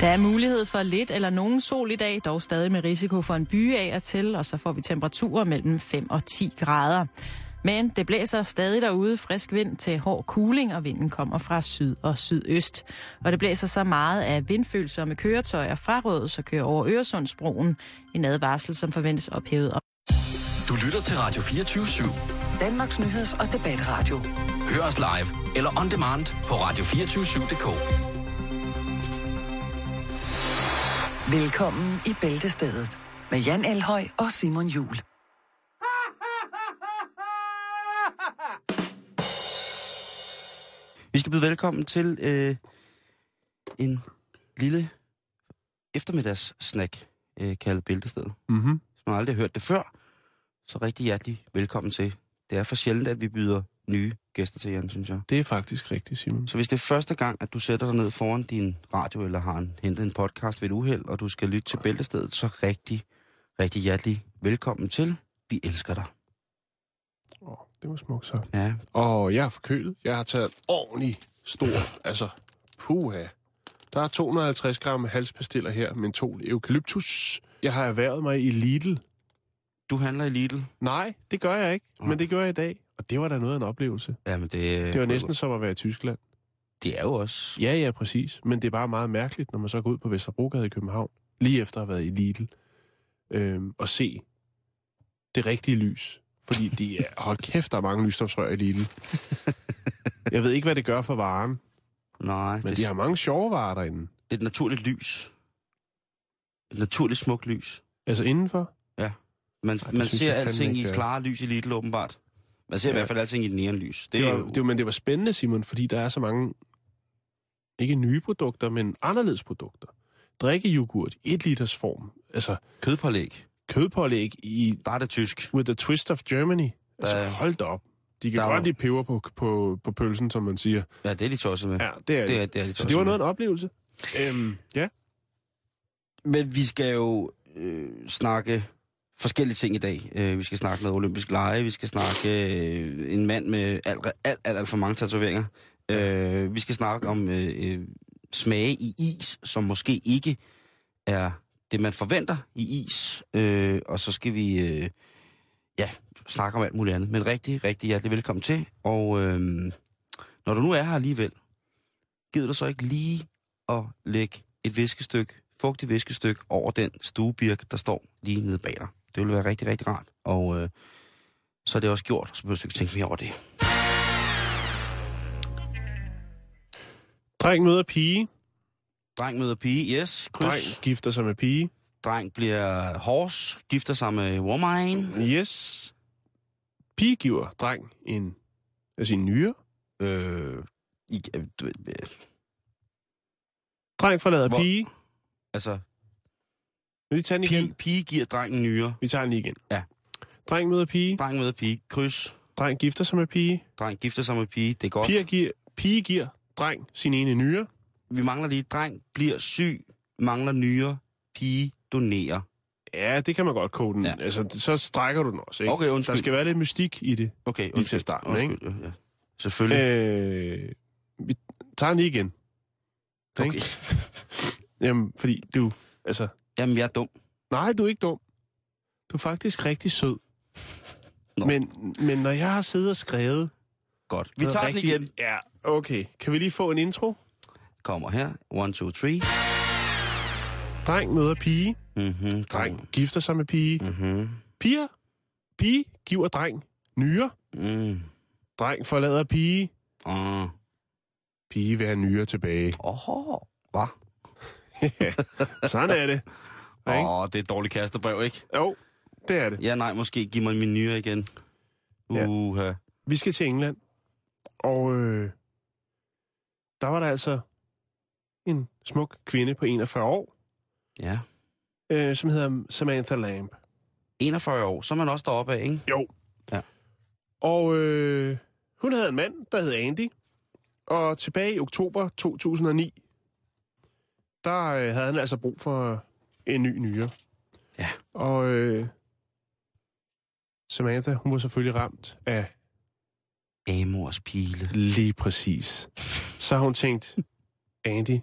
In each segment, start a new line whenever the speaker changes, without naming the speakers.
Der er mulighed for lidt eller nogen sol i dag, dog stadig med risiko for en by af og til, og så får vi temperaturer mellem 5 og 10 grader. Men det blæser stadig derude frisk vind til hård kuling, og vinden kommer fra syd og sydøst. Og det blæser så meget, at vindfølsomme køretøjer frarådes at køre over Øresundsbroen. En advarsel, som forventes ophævet. om-
Du lytter til Radio 24 /7.
Danmarks Nyheds- og Debatradio.
Hør os live eller on demand på radio247.dk.
Velkommen i Bæltestedet med Jan Elhøj og Simon Jul.
Vi skal byde velkommen til øh, en lille eftermiddagssnack, øh, kaldet Bæltestedet.
Mm-hmm.
Hvis man aldrig har hørt det før, så rigtig hjertelig velkommen til. Det er for sjældent, at vi byder nye gæster til, Jan, synes jeg.
Det er faktisk rigtigt, Simon.
Så hvis det er første gang, at du sætter dig ned foran din radio, eller har en, hentet en podcast ved et uheld, og du skal lytte til Bæltestedet, så rigtig, rigtig hjertelig velkommen til. Vi elsker dig.
Oh, det var smukt så.
Ja,
Og jeg er forkølet. Jeg har taget en ordentlig stor, altså puha. Der er 250 gram halspastiller her, mentol, eukalyptus. Jeg har erhvervet mig i Lidl.
du handler i Lidl.
Nej, det gør jeg ikke,
Nej.
men det gør jeg i dag. Og det var da noget af en oplevelse.
Jamen, det,
Det var næsten som at være i Tyskland.
Det er jo også...
Ja, ja, præcis. Men det er bare meget mærkeligt, når man så går ud på Vesterbrogade i København, lige efter at have været i Lidl, øhm, og se det rigtige lys. Fordi de er, hold kæft, der er mange lysstofsrør i Lidl. Jeg ved ikke, hvad det gør for varen,
Nej,
men
det,
de har mange sjove varer derinde.
det er et naturligt lys. Et naturligt smukt lys.
Altså indenfor.
Man,
Ej, det
man
synes
ser
jeg fandme
alting
ikke,
i et
det er.
klare lys i Lidl, åbenbart. Man ser ja. i
Ja.
hvert fald alting i et neonlys. Det,
Det
er
var,
jo...
det, var- men det var spændende, Simon, fordi der er så mange, ikke nye produkter, men anderledes produkter. Drikkejoghurt, 1 liters form, altså
kødpålæg.
kødpålæg i
Der er det tysk.
With the twist of Germany. Altså,
Der-
hold da op. De kan
der er
godt
jo-
lide peber på, på, på pølsen, som man siger.
Ja, det er de tosset med.
Ja, det er
Det
det.
er, det er de
Så
tosset
det var
med.
noget af en oplevelse. Øhm, ja,
Men vi skal jo øh, snakke forskellige ting i dag. Øh, vi skal snakke noget olympisk lege, vi skal snakke øh, en mand med alt, alt, alt, alt for mange tatoveringer. Øh, vi skal snakke om øh, øh, smage i is, som måske ikke er det, man forventer i is. Øh, og så skal vi øh, ja, snakke om alt muligt andet. Men rigtig, rigtig hjertelig velkommen til. Og øh, når du nu er her alligevel, gider du så ikke lige at lægge et viskestykke, fugtigt viskestykke over den stuebirk, der står lige nede bag dig. Det ville være rigtig, rigtig rart. Og øh, så er det også gjort, så behøver du ikke tænke mere over det.
dreng møder pige.
Dreng møder pige, yes, kryds.
Dreng
Dreng,
gifter sig med pige.
Dreng bliver horse, gifter sig med woman.
Yes. Pige giver dreng en af sine nyere.
Øh, i, øh, du- øh,
Dreng forlader
Hvor-
Hvor... pige.
altså,
Vi tager den igen.
pige, pige giver drengen nyere.
Vi tager den lige igen.
Ja.
Dreng møder pige.
Dreng møder pige, kryds.
Dreng gifter sig med pige.
Dreng gifter sig med pige, det er godt.
Pige giver, pige giver dreng sin ene nyere.
Vi mangler lige, dreng bliver syg, mangler nyere, pige donerer.
Ja, det kan man godt kode den.
Ja.
Ja. Altså, så strækker du den også, ikke?
Okay, undskyld.
Der skal være lidt mystik i det.
Okay,
Lige til starten,
undskyld, ja, ja. Selvfølgelig.
Øh, vi tager den lige igen. Ikke?
Okay.
Jamen, fordi du, altså...
Jamen, jeg er dum.
Nej, du er ikke dum. Du er faktisk rigtig sød.
Nå.
Men, men når jeg har siddet og skrevet...
Godt. Vi
noget
tager den
rigtig-
igen.
Ja, okay. Kan vi lige få en intro?
Kommer her. One, two, three.
Dreng møder pige.
Mm-hmm.
Dreng gifter sig med pige.
Mm-hmm.
Piger. Pige giver dreng. Nyre.
Mm. Ah.
Dreng forlader pige.
Åh.
Pige vil have nyre tilbage.
Åh. Hva?
Sådan er det. Ja, ikke?
Åh, det er et dårligt kærestebrev, ikke?
Jo, det er det.
Ja, nej, måske giv mig min nyere igen.
Ja.
Uha.
Vi skal til England. Og øh, der var der altså en smuk kvinde på 41 år,
Ja.
øh, som hedder Samantha Lamb.
41 år, så er man også deroppe af, ikke?
Jo.
Ja.
Og øh, hun havde en mand, der hed Andy. Og tilbage i oktober 2009, der øh, havde han altså brug for en ny nyre.
Ja.
Og øh, Samantha, hun var selvfølgelig ramt af
Amors pile.
lige præcis. Så har hun tænkt, Andy,
My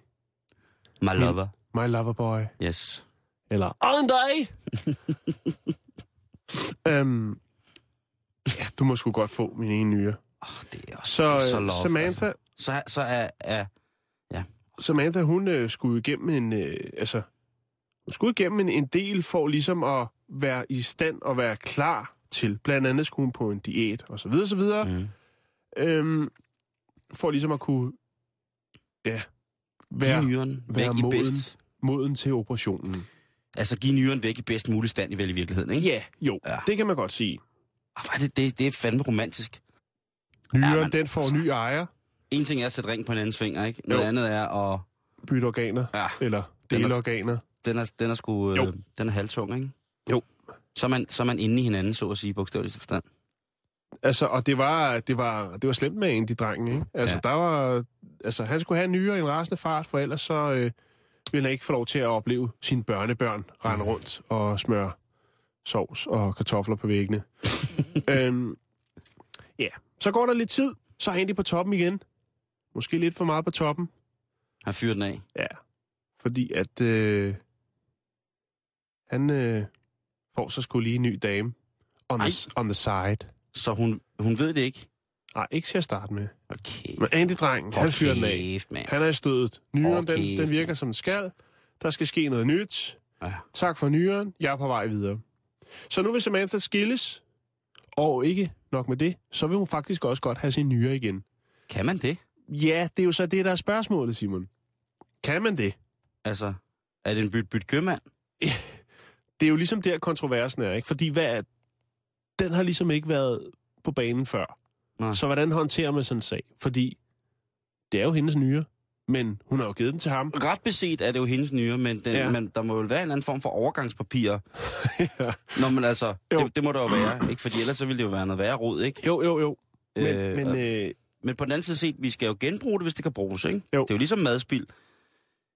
Min-
lover.
My Loverboy.
Yes.
Eller Uden dig! øhm, ja, du må sgu godt få min ene nyre.
Oh, det er også
Så,
det er
så
love,
Samantha,
Altså. Så, så er, er...
Samantha, hun øh, skulle igennem en, øh, altså, hun skulle igennem en, en del for ligesom at være i stand og være klar til. Blandt andet skulle hun på en diæt og så videre, så videre.
Mm.
Øhm, for ligesom at kunne, ja,
Give
være
nyren væk
vær
i
moden.
bedst...
moden til operationen.
Altså, give nyren væk i bedst mulig stand i vel i virkeligheden, ikke?
Ja, jo,
Ja.
ja. det kan man godt sige.
Ah, hvor er det, det, det er fandme romantisk.
Nyren,
Ja, men
den får
altså-
ny ejer,
En ting er at sætte ring på en andens finger, ikke? Noget
Jo.
andet er at...
bytte organer,
Ja,
eller
Den er-
dele organer.
den er, den er sgu...
Jo.
Øh, den er halvtung, ikke?
Jo.
Så er, man, så er man inde i hinanden, så at sige, i bogstaveligste forstand.
Altså, og det var, det var, det var slemt med en, de drengen, ikke? Altså,
Ja.
ja. der var, altså, han skulle have en nyere i en rasende fart, for ellers så øh, ville han ikke få lov til at opleve sine børnebørn
Mm.
rende rundt og smøre sovs og kartofler på væggene. øhm, ja, så går der lidt tid, så er han lige på toppen igen. Måske lidt for meget på toppen,
Han fyrer den af.
Ja. Fordi at øh, han øh, får så skulle lige en ny dame on
Ej.
the, on the side.
Så hun, hun ved det ikke.
Nej, ikke til at starte med.
Okay.
Men Andy drengen, han fyrer den af.
mand.
Han er i stødet. Nyren,
Hold
den,
kæft,
den virker
mand.
som den skal. Der skal ske noget nyt.
Ja.
Tak for nyren. Jeg er på vej videre. Så nu vil Samantha skilles. Og ikke nok med det, så vil hun faktisk også godt have sin nyre igen.
Kan man det?
Ja, det er jo så det, der er spørgsmålet, Simon. Kan man det?
Altså, er det en byt, byt købmand?
det er jo ligesom der kontroversen er, ikke? Fordi hvad er, den har ligesom ikke været på banen før.
Nej.
Så hvordan håndterer man sådan en sag? Fordi det er jo hendes nyre, men hun har jo givet den til ham.
Ret beset er det jo hendes nyre, men, den, ja.
Ja.
men der må jo være en eller anden form for overgangspapirer. Nå, men altså,
Jo.
det, det må der jo være, ikke? Fordi ellers så ville det jo være noget værre rod, ikke?
jo, jo, jo. Men, øh, men
og-
øh,
Men på den anden side set, vi skal jo genbruge det, hvis det kan bruges, ikke?
Jo.
Det er jo ligesom madspild.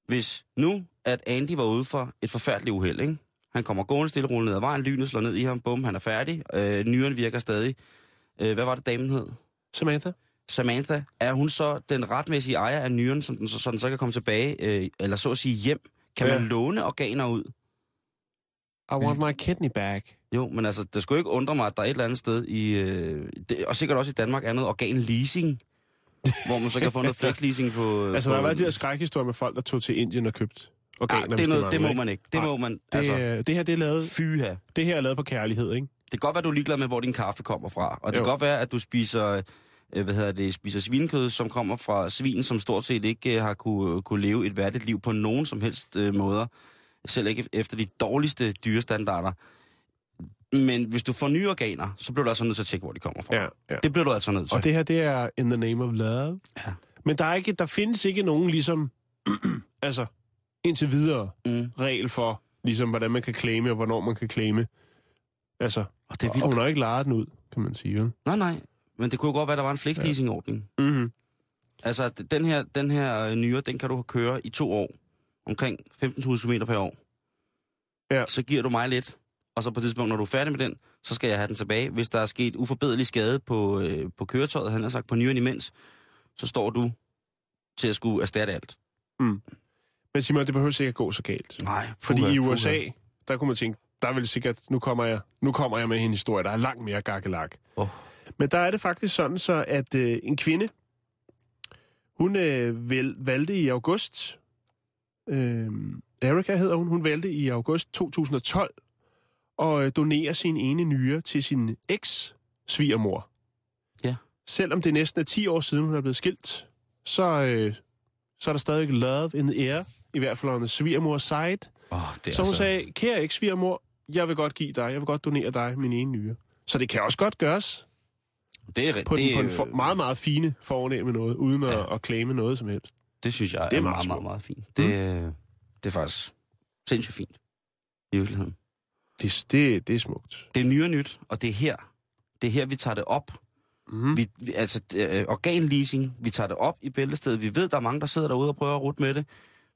Hvis nu, at Andy var ude for et forfærdeligt uheld, ikke? Han kommer gående stille rullende ned ad vejen, lynet slår ned i ham, bum, han er færdig. Øh, nyren virker stadig. Øh, hvad var det, damen hed?
Samantha,
Samantha, er hun så den retmæssige ejer af nyren, som den, så, så den så kan komme tilbage, øh, eller så at sige hjem? Kan ja.
Ja.
man låne organer ud?
I want my kidney back.
Jo, men altså, det skulle ikke undre mig, at der er et eller andet sted i, øh, det, og sikkert også i Danmark, er noget organleasing, hvor man så kan få noget flexleasing på... øh,
Altså, der har
på,
været de der skrækhistorier med folk, der tog til Indien og købte
Ja,
organer,
Ah, det,
hvis
er
de
noget, det må
manglede,
man ikke. Det
Nej.
må man,
Det,
altså,
altså, det her det er, lavet,
fyha.
det her er lavet på kærlighed, ikke?
Det kan godt være, du er ligeglad med, hvor din kaffe kommer fra. Og det
Jo.
kan godt være, at du spiser, øh, hvad hedder det, spiser svinekød, som kommer fra svin, som stort set ikke øh, har kunne, kunne leve et værdigt liv på nogen som helst øh, måder. Selv ikke efter de dårligste dyrestandarder. Men hvis du får nye organer, så bliver du altså nødt til at tjekke, hvor de kommer fra.
Ja, ja.
Det bliver du altså nødt til.
Og det her, det er In the Name of Love.
Ja.
Men der, er ikke, der findes ikke nogen ligesom, altså indtil videre,
Mm.
regel for, ligesom hvordan man kan claime og hvornår man kan claime. Altså,
Og det
det
er
er og
vildt.
hun har ikke lejet den ud, kan man sige. Vel?
Nej, nej. Men det kunne jo godt være, at der var en flexleasingordning.
Mm-hmm.
Altså, at den her, den her øh, nyre, den kan du køre i to år. Omkring 15.000 meter per år.
Ja.
Så giver du mig lidt. Og så på et tidspunkt, når du er færdig med den, så skal jeg have den tilbage. Hvis der er sket uforbederlig skade på, øh, på køretøjet, han har sagt på nyren imens, så står du til at skulle erstatte alt.
Men Simon, det behøver ikke at gå så galt.
Nej,
Fordi i USA, der kunne man tænke, der vil sikkert, nu kommer jeg, nu kommer jeg med en historie, der er langt mere gakkelak.
Oh.
Men der er det faktisk sådan så, at øh, en kvinde, hun øh, vel, valgte i august, øh, Erica hedder hun, hun valgte i august 2012 at øh, donere sin ene nyre til sin eks-svigermor.
Ja.
Selvom det næsten er 10 år siden, hun er blevet skilt, så, øh, så er der stadig love in the air, i hvert fald on the svigermors side.
Oh, det er
Så hun sagde, kære eks-svigermor, jeg vil godt give dig, jeg vil godt donere dig min ene nyre. Så det kan også godt gøres
det, er,
på,
det,
den,
er,
på en for, meget, meget fine fornemme noget, uden at, ja. at claime noget som helst.
det synes jeg
det
det
er
er
meget
meget, meget,
smukt.
meget fint. Det, mm. det er faktisk sindssygt fint. I virkeligheden.
Det, det, det er smukt.
Det er nyere nyt, og det er her. Det er her, vi tager det op.
Mm.
Vi, vi, altså, øh, organleasing, vi tager det op i bæltestedet. Vi ved, der er mange, der sidder derude og prøver at rute med det.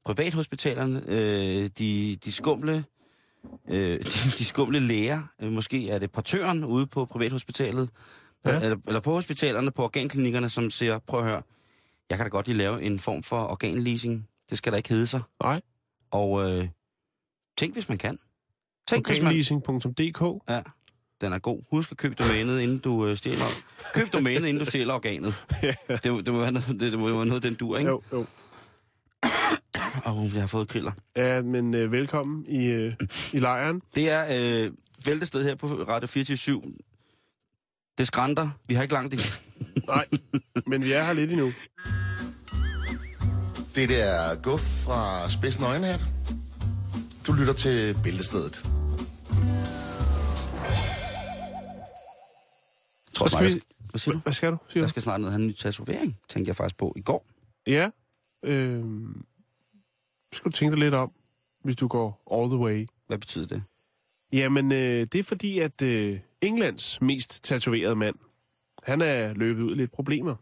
Privathospitalerne, øh, de, de skumle... Øh, de, de skumle læger, øh, måske er det portøren ude på privathospitalet,
Ja.
ja. eller, eller på hospitalerne, på organklinikkerne, som siger, prøv at høre, jeg kan da godt lige lave en form for organleasing. Det skal da ikke hedde sig.
Nej.
Og øh, tænk, hvis man kan. Tænk, hvis man...
Organleasing.dk.
Ja, den er god. Husk at købe domænet, inden du øh, stjæler... Køb domænet, inden du stjæler organet. Det, må- det, må være noget, det, det må være noget, den dur, ikke?
Jo, jo.
Og oh, jeg har fået kriller.
Ja, men øh, velkommen i, øh, i lejren.
Det er øh, væltested her på Radio 24 Det skrænter. Vi har ikke langt igen.
Nej, men vi er her lidt endnu.
Det der er Guf fra Spidsen Øjenhat. Du lytter til Bæltestedet.
Jeg tror,
Hvad skal
faktisk,
vi-
Hvad siger du?
Hvad skal du? Siger
Jeg
du?
skal snart ned og have en ny tatovering, tænkte jeg faktisk på i går.
Ja. Øh, skal du tænke dig lidt om, hvis du går all the way.
Hvad betyder det?
Jamen, øh, det er fordi, at øh, Englands mest tatoverede mand, han er løbet ud i lidt problemer.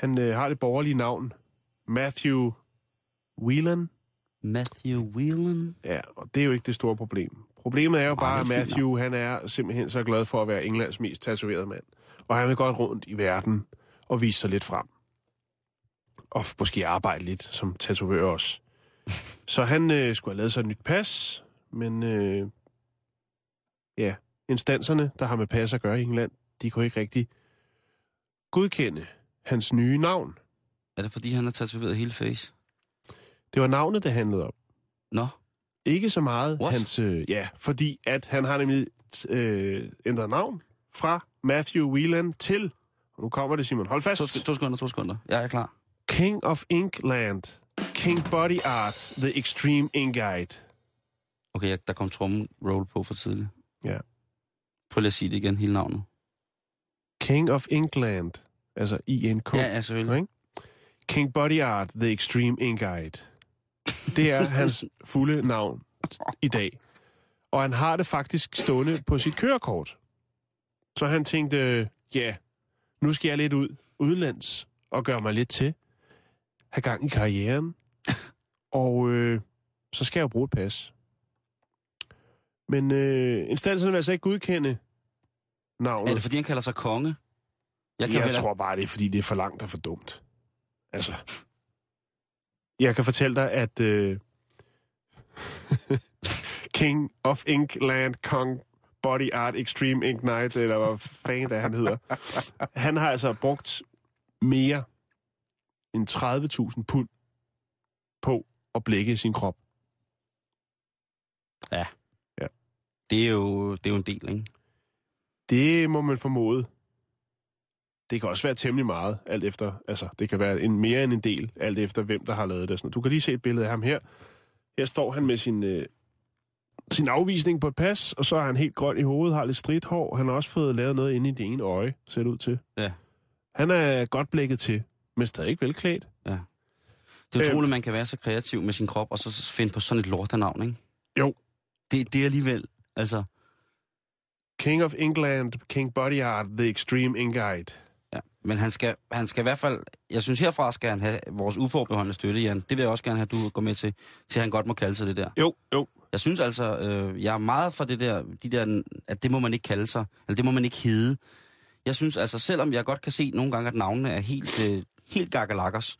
Han øh, har det borgerlige navn, Matthew Whelan.
Matthew Whelan.
Ja, og det er jo ikke det store problem. Problemet er jo bare, at
det er fint
Matthew, han er simpelthen så glad for at være Englands mest tatoverede mand. Og han vil godt rundt i verden og vise sig lidt frem. Og f- måske arbejde lidt som tatovør også. Så han øh, skulle have lavet sig et nyt pas, men øh, ja, instanserne, der har med pas at gøre i England, de kunne ikke rigtig godkende hans nye navn.
Er det, fordi han har tatoveret hele face?
Det var navnet, det handlede om.
Nå,
Ikke så meget
What?
hans... Øh, ja, fordi at han har nemlig øh, ændret navn fra Matthew Whelan til... Og nu kommer det, Simon. Hold
to,
fast.
to sekunder, to sekunder. Jeg er klar.
King of Inkland. King Body Arts. The Extreme Ink Guide.
Okay, jeg, der kom trommen roll på for tidligt.
Ja.
Prøv lige at sige det igen, hele navnet.
King of Inkland. Altså I-N-K.
Ja, ja, selvfølgelig.
Ikke? King Body Art. The Extreme Ink Guide. Det er hans fulde navn i dag. Og han har det faktisk stående på sit kørekort. Så han tænkte, øh, ja, yeah, nu skal jeg lidt ud udenlands og gøre mig lidt til. Have gang i karrieren. Og øh, så skal jeg jo bruge et pas. Men øh, instanserne vil altså ikke godkende navnet.
Er det, fordi han kalder sig konge? Jeg
Jeg,
kan
jeg
heller-
tror bare, det er, fordi det er for langt og for dumt. Altså. Jeg kan fortælle dig, at øh, King of Inkland, Kong Body Art Extreme Ink Night, eller hvad fanden det er, han hedder, han har altså brugt mere end 30.000 pund på at blække sin krop.
Det er jo, det er jo en del, ikke?
Det må man formode. Det kan også være temmelig meget, alt efter, altså det kan være en, mere end en del, alt efter hvem, der har lavet det. og Sådan. noget. Du kan lige se et billede af ham her. Her står han med sin, øh, sin afvisning på et pas, og så er han helt grøn i hovedet, har lidt stridt hår. Han har også fået lavet noget inde i det ene øje, ser det ud til.
Ja.
Han er godt blækket til, men stadig ikke velklædt.
Det er
Øh.
utroligt, man kan være så kreativ med sin krop, og så finde på sådan et lortenavn, ikke?
Jo.
Det, det er alligevel, altså...
King of England, King Body Art, The Extreme Ink Guide.
Ja. Men han skal, han skal i hvert fald... Jeg synes, herfra skal han have vores uforbeholdende støtte, Jan. Det vil jeg også gerne have, du går med til, til han godt må kalde sig det der.
Jo, jo.
Jeg synes altså, øh, jeg er meget for det der, de der, at det må man ikke kalde sig, eller det må man ikke hedde. Jeg synes altså, selvom jeg godt kan se nogle gange, at navnene er helt, øh, helt gakkelakkers,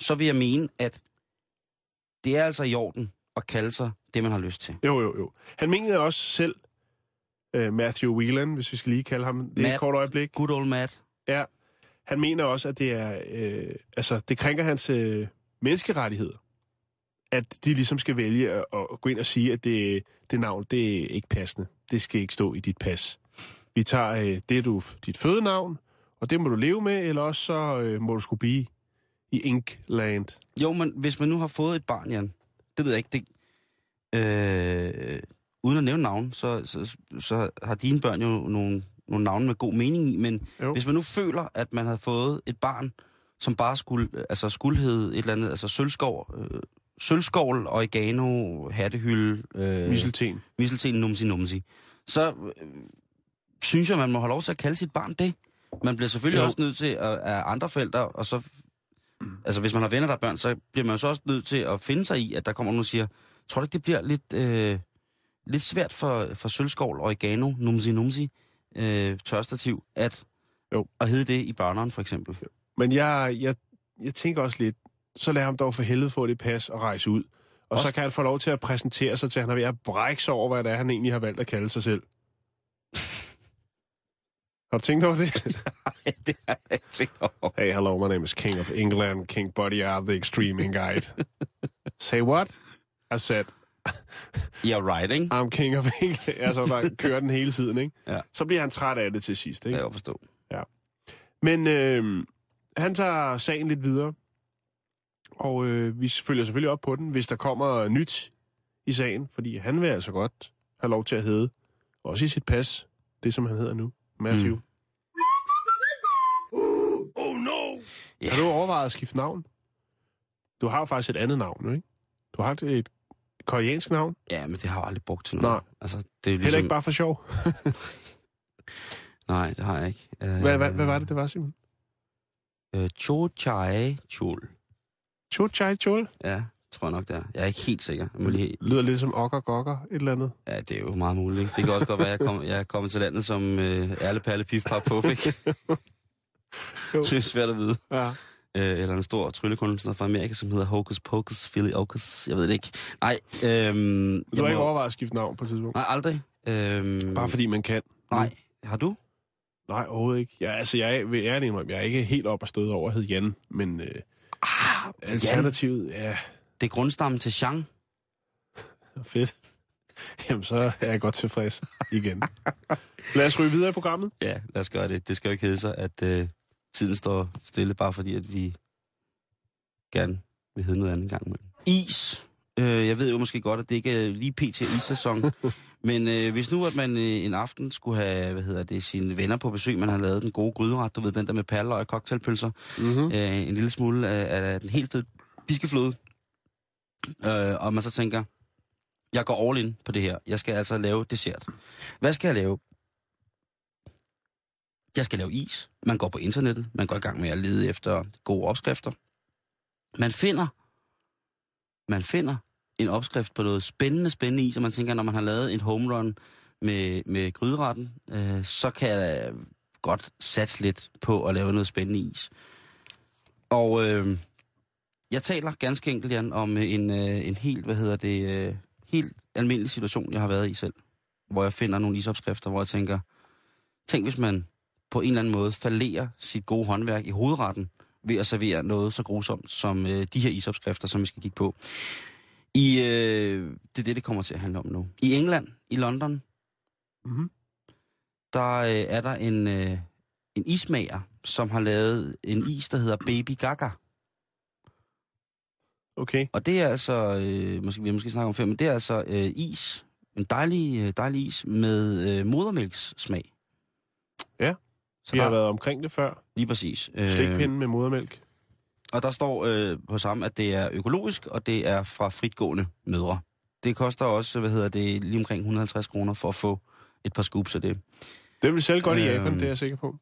så vil jeg mene, at det er altså i orden at kalde sig det, man har lyst til.
Jo, jo, jo. Han mener også selv, øh, Matthew Whelan, hvis vi skal lige kalde ham det er
Matt.
et kort øjeblik.
Good old Matt.
Ja. Han mener også, at det er, øh, altså, det krænker hans øh, menneskerettigheder. At de ligesom skal vælge at, at gå ind og sige, at det, det navn, det er ikke passende. Det skal ikke stå i dit pas. Vi tager øh, det, du, dit fødenavn, og det må du leve med, eller også så øh, må du skulle blive i Inkland.
Jo, men hvis man nu har fået et barn, Jan, det ved jeg ikke, det, øh, uden at nævne navn, så, så, så har dine børn jo nogle, nogle navne med god mening i, men
Jo.
jo. hvis man nu føler, at man havde fået et barn, som bare skulle, altså skulle hedde et eller andet, altså sølvskov, øh, sølvskovl, oregano, hattehylde, øh,
Misselten.
misselten, numsi, numsi, så øh, synes jeg, man må holde lov til at kalde sit barn det. Man bliver selvfølgelig
Jo.
jo. også nødt til at, at andre forældre, og så, altså hvis man har venner, der er børn, så bliver man jo så også nødt til at finde sig i, at der kommer nogen og siger, tror du ikke, det bliver lidt, øh, lidt svært for, for sølvskovl, oregano, numsi, numsi, øh, tørstativ, at,
Jo.
jo. at hedde det i børneren, for eksempel.
Men jeg, jeg, jeg tænker også lidt, så lad ham dog for helvede få det pas og rejse ud. Og så kan han få lov til at præsentere sig til, at han er ved at brække sig over, hvad det er, han egentlig har valgt at kalde sig selv. har du tænkt over det?
det har jeg ikke tænkt over.
Hey, hello, my name is King of England, King Buddy are the Extreme Guide. Say what? I said,
You're right, ikke?
I'm King of England. Altså, bare kører den hele tiden, ikke?
Ja.
Så bliver han træt af det til sidst,
Det
ikke?
kan jeg forstå.
Men øh, han tager sagen lidt videre, og øh, vi følger selvfølgelig op på den, hvis der kommer nyt i sagen, fordi han vil altså godt have lov til at hedde, også i sit pas, det som han hedder nu, Matthew. Mm.
Oh no!
Har du overvejet at skifte navn? Du har jo faktisk et andet navn nu, ikke? Du har et- et koreansk navn,
Ja, men det har jeg aldrig brugt til noget.
Nej.
Altså, det er
heller
ligesom...
ikke bare for sjov.
Nej, det har jeg ikke. Øh,
Hvad, hvad, hvad var det, det var, Simon?
Øh, Cho Chai Chul.
Cho Chai Chol?
Ja, tror jeg nok, det er. Jeg er ikke helt sikker. Jeg må lige...
Lyder lidt som okker gokker, et eller andet.
Ja, det er jo meget muligt. Ikke? Det kan også godt være, at jeg, kom, jeg er kommet til landet som øh, ærle palle pif pap puff, ikke?
Jo.
Det er svært at vide.
Ja.
Øh, eller en stor tryllekunstner fra Amerika, som hedder Hocus Pocus Philly Ocus. Jeg ved det ikke. Nej, øhm,
Du har
jeg
ikke overvejet at skifte navn på et tidspunkt?
Nej, aldrig. Øhm,
Bare fordi man kan.
Nej, har du?
Nej, overhovedet ikke. Jeg, altså, jeg vil ærligt indrømme, jeg er ikke helt op og støde over at hedde Jan, men øh,
Ah, Jan,
alternativet er
det er grundstammen til Jean.
fedt. Jamen, så er jeg godt tilfreds igen. Lad os ryge videre i programmet.
Ja, lad os gøre det. Det skal jo ikke hedde sig, at øh, tiden står stille, bare fordi, at vi gerne vil hedde noget andet en gang imellem. Is. Øh, jeg ved jo måske godt, at det ikke er lige pt. is-sæson, men øh, hvis nu, at man øh, en aften skulle have, hvad hedder det, sine venner på besøg, man har lavet den gode gryderet, du ved, den der med paller og cocktailpølser,
Mm-hmm.
øh, en lille smule af, af den helt fede piskefløde. Øh, og man så tænker, jeg går all in på det her. Jeg skal altså lave dessert. Hvad skal jeg lave? Jeg skal lave is. Man går på internettet. Man går i gang med at lede efter gode opskrifter. Man finder, man finder en opskrift på noget spændende, spændende is, og man tænker, når man har lavet en home run med, med gryderetten, øh, så kan jeg godt satse lidt på at lave noget spændende is. Og øh, jeg taler ganske enkelt, Jan, om øh, en, øh, en helt, hvad hedder det, øh, helt almindelig situation, jeg har været i selv. Hvor jeg finder nogle isopskrifter, hvor jeg tænker, tænk hvis man på en eller anden måde falderer sit gode håndværk i hovedretten ved at servere noget så grusomt som øh, de her isopskrifter, som vi skal kigge på. I, øh, det er det, det kommer til at handle om nu. I England, i London,
Mm-hmm.
der øh, er der en, øh, en ismager, som har lavet en is, der hedder Baby Gaga.
Okay.
Og det er altså, øh, måske, vi har måske snakker om fem, men det er altså øh, is, en dejlig, øh, dejlig is med øh, modermælkssmag.
Ja.
Så
Vi
der,
har været omkring det før.
lige præcis. Øh,
Slikpinden med modermælk.
og der står øh, på samme, at det er økologisk, og det er fra fritgående mødre. Det koster også, hvad hedder det, lige omkring 150 kroner for at få et par scoops af det.
Det vil sælge godt i Japan,
Øhm.
det er jeg sikker på.